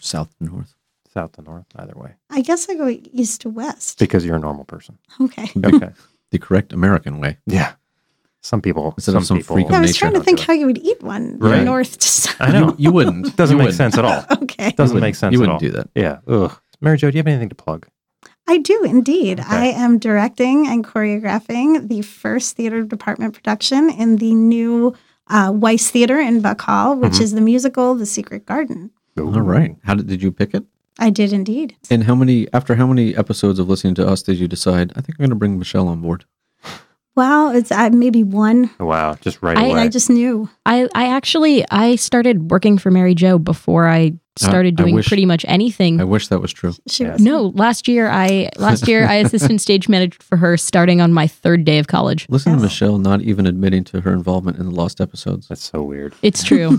[SPEAKER 1] South to north.
[SPEAKER 3] south to north, either way,
[SPEAKER 6] I guess I go east to west.
[SPEAKER 3] because you're a normal person.
[SPEAKER 6] Okay.
[SPEAKER 3] Okay.
[SPEAKER 1] The correct American way.
[SPEAKER 3] yeah. Some people.
[SPEAKER 1] Instead
[SPEAKER 3] some
[SPEAKER 1] of some
[SPEAKER 3] people.
[SPEAKER 1] freak of
[SPEAKER 6] Yeah, I was
[SPEAKER 1] nature.
[SPEAKER 6] trying to
[SPEAKER 3] I'll
[SPEAKER 6] think
[SPEAKER 3] do it.
[SPEAKER 6] how you would eat one
[SPEAKER 3] Right.
[SPEAKER 6] north to south.
[SPEAKER 3] I know.
[SPEAKER 1] You, you wouldn't.
[SPEAKER 3] Doesn't
[SPEAKER 1] You
[SPEAKER 3] make
[SPEAKER 1] wouldn't.
[SPEAKER 3] sense at all.
[SPEAKER 6] Okay.
[SPEAKER 1] You
[SPEAKER 3] Doesn't
[SPEAKER 1] wouldn't-
[SPEAKER 3] make sense.
[SPEAKER 1] You
[SPEAKER 3] at
[SPEAKER 1] wouldn't
[SPEAKER 3] all.
[SPEAKER 1] do that.
[SPEAKER 3] Yeah. Ugh. Mary Jo, do you have anything to plug?
[SPEAKER 6] I do indeed.
[SPEAKER 3] Okay.
[SPEAKER 6] I am directing and choreographing the first theater department production in the new uh, Weiss Theater in Buckall, which
[SPEAKER 3] Mhm.
[SPEAKER 6] is the musical The Secret Garden.
[SPEAKER 1] All right. How did, did you pick it?
[SPEAKER 6] I did indeed.
[SPEAKER 1] And how many after how many episodes of listening to us did you decide? I think I'm going to bring Michelle on board.
[SPEAKER 6] Well, it's uh, maybe one.
[SPEAKER 3] Oh, Wow. Just right
[SPEAKER 5] I-
[SPEAKER 3] away.
[SPEAKER 6] I just knew.
[SPEAKER 5] I, I actually I started working for Mary Jo before I started
[SPEAKER 1] Uh, I
[SPEAKER 5] doing
[SPEAKER 1] wish-
[SPEAKER 5] pretty much anything.
[SPEAKER 1] I wish that was true.
[SPEAKER 6] She
[SPEAKER 3] Yeah.
[SPEAKER 6] was
[SPEAKER 5] no, last year I last year I assistant stage managed for her starting on my third day of college.
[SPEAKER 1] Listen to
[SPEAKER 6] Yes.
[SPEAKER 1] Michelle not even admitting to her involvement in the lost episodes.
[SPEAKER 3] That's so weird.
[SPEAKER 5] It's true.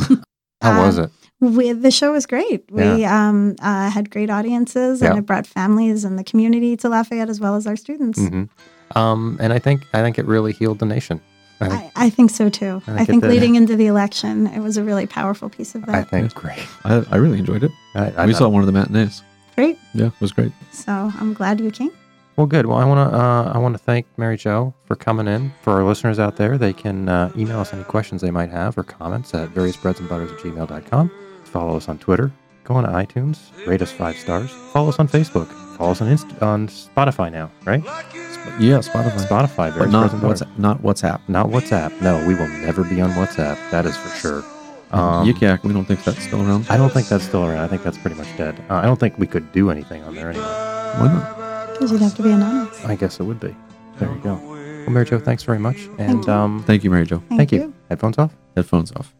[SPEAKER 3] How was
[SPEAKER 6] Um,
[SPEAKER 3] it?
[SPEAKER 6] We, the show was great. We um, uh, had great audiences, and
[SPEAKER 3] Yeah.
[SPEAKER 6] it brought families and the community to Lafayette as well as our students.
[SPEAKER 3] Mm-hmm. Um, and I think I think it really healed the nation. I think,
[SPEAKER 6] I, I think so too.
[SPEAKER 3] I
[SPEAKER 6] I,
[SPEAKER 3] think
[SPEAKER 6] think
[SPEAKER 3] that-
[SPEAKER 6] leading into the election, it was a really powerful piece of
[SPEAKER 3] I,
[SPEAKER 6] that.
[SPEAKER 3] think great.
[SPEAKER 1] I, I really enjoyed it.
[SPEAKER 3] I, I
[SPEAKER 1] we
[SPEAKER 3] thought-
[SPEAKER 1] saw one of the matinees.
[SPEAKER 6] Great.
[SPEAKER 1] Yeah, it was great.
[SPEAKER 6] So I'm glad you came.
[SPEAKER 3] Well, good. Well, I want to uh, I want to thank Mary Jo for coming in. For our listeners out there, they can uh, email us any questions they might have or comments at various breads and butters at gmail.com. Follow us on Twitter. Go on to iTunes. Rate us five stars. Follow us on Facebook. Follow us on Inst- on Spotify now, right?
[SPEAKER 1] Yeah, Spotify.
[SPEAKER 3] Spotify,
[SPEAKER 1] But
[SPEAKER 3] various
[SPEAKER 1] not
[SPEAKER 3] breads and butters.
[SPEAKER 1] WhatsApp, not WhatsApp.
[SPEAKER 3] Not WhatsApp. No, we will never be on WhatsApp. That is for sure. Um,
[SPEAKER 1] Yik-Yak, we don't think that's still around.
[SPEAKER 3] I don't think that's still around. I think that's pretty much dead. Uh, I don't think we could do anything on there anyway.
[SPEAKER 1] Why not?
[SPEAKER 6] Because you'd have to be anonymous.
[SPEAKER 3] I guess it would be. There you go. Well, Mary Jo, thanks very much. And
[SPEAKER 6] you.
[SPEAKER 3] um,
[SPEAKER 1] Thank you, Mary Jo.
[SPEAKER 6] Thank
[SPEAKER 3] thank
[SPEAKER 6] you.
[SPEAKER 3] you. Headphones off.
[SPEAKER 1] Headphones off.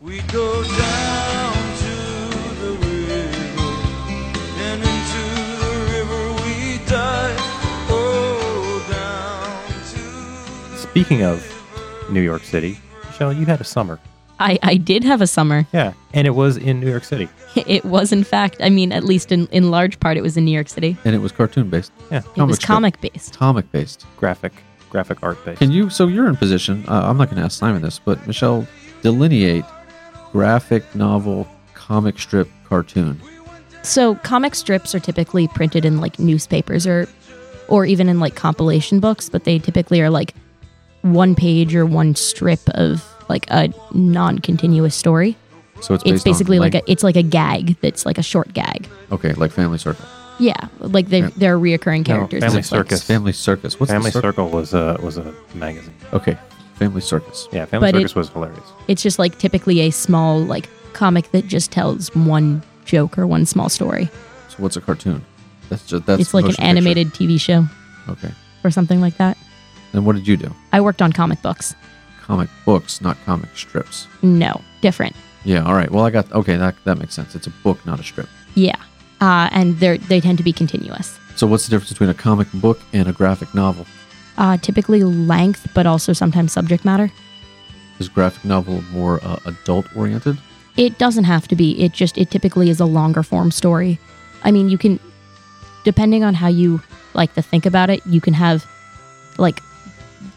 [SPEAKER 8] We go down to the river, and into the river we dive. Oh, down to the
[SPEAKER 3] Speaking of New York City, Michelle, you had a summer.
[SPEAKER 5] I, I did have a summer.
[SPEAKER 3] Yeah, and it was in New York City.
[SPEAKER 5] It was in fact, I mean, at least in, in large part it was in New York City.
[SPEAKER 1] And it was cartoon based.
[SPEAKER 3] Yeah,
[SPEAKER 5] It was
[SPEAKER 1] Oh, strip.
[SPEAKER 5] comic based.
[SPEAKER 1] Comic based.
[SPEAKER 3] graphic, graphic art based.
[SPEAKER 1] Can you? So you're in position. Uh, I'm not going to ask Simon this, but Michelle, delineate graphic novel, comic strip, cartoon.
[SPEAKER 5] So comic strips are typically printed in like newspapers or or even in like compilation books, but they typically are like one page or one strip of like a non-continuous story.
[SPEAKER 1] So it's,
[SPEAKER 5] It's
[SPEAKER 1] based on
[SPEAKER 5] basically like
[SPEAKER 1] length-
[SPEAKER 5] a it's like a gag that's like a short gag.
[SPEAKER 1] okay, like Family Circle.
[SPEAKER 5] Yeah, like they
[SPEAKER 1] Yeah.
[SPEAKER 5] there are reoccurring
[SPEAKER 3] No,
[SPEAKER 5] characters.
[SPEAKER 3] Family
[SPEAKER 5] It's like-
[SPEAKER 3] Circus.
[SPEAKER 1] Family Circus. What's
[SPEAKER 3] Family
[SPEAKER 1] the cir-
[SPEAKER 3] Circle was a was a magazine.
[SPEAKER 1] Okay, Family Circus.
[SPEAKER 3] Yeah, Family
[SPEAKER 5] But it-
[SPEAKER 3] Circus was hilarious.
[SPEAKER 5] It's just like typically a small like comic that just tells one joke or one small story.
[SPEAKER 1] So what's a cartoon? That's just that's.
[SPEAKER 5] it's like an
[SPEAKER 1] motion picture.
[SPEAKER 5] animated TV show
[SPEAKER 1] Okay.
[SPEAKER 5] or something like that.
[SPEAKER 1] And what did you do?
[SPEAKER 5] I worked on comic books.
[SPEAKER 1] Comic books, not comic strips.
[SPEAKER 5] No, different.
[SPEAKER 1] Yeah. All right. Well, I got okay. That that makes sense. It's a book, not a strip.
[SPEAKER 5] Yeah. Uh, and they they tend to be continuous.
[SPEAKER 1] So what's the difference between a comic book and a graphic novel?
[SPEAKER 5] Uh, typically length, but also sometimes subject matter.
[SPEAKER 1] Is graphic novel more uh, adult oriented?
[SPEAKER 5] It doesn't have to be. It just it typically is a longer form story. I mean, you can depending on how you like to think about it, you can have like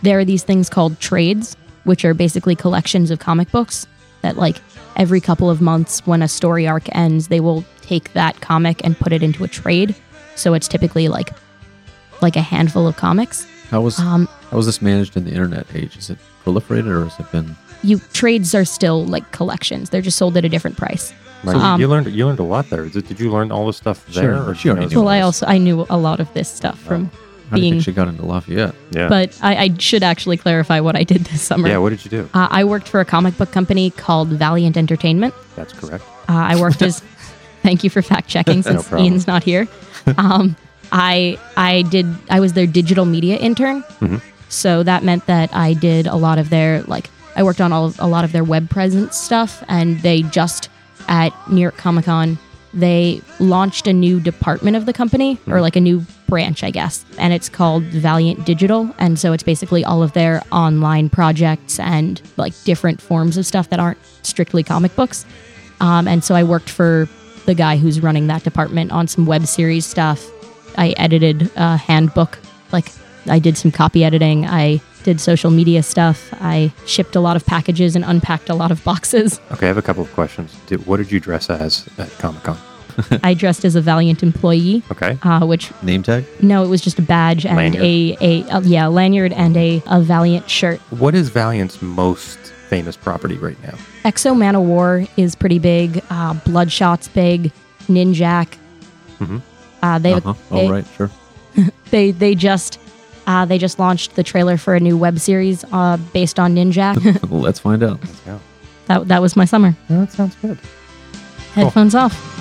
[SPEAKER 5] there are these things called trades, which are basically collections of comic books that like every couple of months when a story arc ends, they will take that comic and put it into a trade. So it's typically like like a handful of comics.
[SPEAKER 1] How was
[SPEAKER 5] Um,
[SPEAKER 1] How is this managed in the internet age? Is it proliferated or has it been?
[SPEAKER 5] you trades are still like collections. They're just sold at a different price.
[SPEAKER 3] Right.
[SPEAKER 5] Um,
[SPEAKER 3] you learned you learned a lot there. Did, did you learn all the stuff there?
[SPEAKER 1] Sure,
[SPEAKER 3] or
[SPEAKER 1] she already
[SPEAKER 3] knows
[SPEAKER 1] knew
[SPEAKER 3] all
[SPEAKER 5] Well, I
[SPEAKER 3] this?
[SPEAKER 5] also I knew a lot of this stuff from,
[SPEAKER 1] How do you
[SPEAKER 5] Being-
[SPEAKER 1] think she got into Lafayette?
[SPEAKER 3] yeah.
[SPEAKER 5] but I, I should actually clarify what I did this summer.
[SPEAKER 3] yeah. What did you do?
[SPEAKER 5] Uh, I worked for a comic book company called Valiant Entertainment.
[SPEAKER 3] That's correct.
[SPEAKER 5] Uh, I worked as thank you for fact checking since
[SPEAKER 3] problem.
[SPEAKER 5] Ian's not here. Um, I I did I was their digital media intern,
[SPEAKER 3] Mhm.
[SPEAKER 5] so that meant that I did a lot of their like I worked on all of, a lot of their web presence stuff, and they just at New York Comic Con they launched a new department of the company or like a new branch, I guess, and it's called Valiant Digital, and so it's basically all of their online projects and like different forms of stuff that aren't strictly comic books. Um, and so I worked for the guy who's running that department on some web series stuff. I edited a handbook, like I did some copy editing. I did social media stuff. I shipped a lot of packages and unpacked a lot of boxes.
[SPEAKER 3] Okay, I have a couple of questions. Did, what did you dress as at Comic Con?
[SPEAKER 5] I dressed as a valiant employee,
[SPEAKER 3] Okay.
[SPEAKER 5] uh, which
[SPEAKER 1] Name tag?
[SPEAKER 5] no, it was just a badge and a, a uh, yeah lanyard and a, a valiant shirt.
[SPEAKER 3] What is Valiant's most famous property right now?
[SPEAKER 5] Exo Man of War is pretty big. Uh, Bloodshot's big. Ninjak.
[SPEAKER 3] Mhm.
[SPEAKER 5] Uh, they,
[SPEAKER 1] Mm-hmm. uh-huh.
[SPEAKER 5] they,
[SPEAKER 1] All right, sure.
[SPEAKER 5] they they just uh, they just launched the trailer for a new web series uh, based on Ninjak.
[SPEAKER 1] Let's find out.
[SPEAKER 3] Let's go.
[SPEAKER 5] that that was my summer.
[SPEAKER 3] No, that sounds good.
[SPEAKER 5] Headphones off.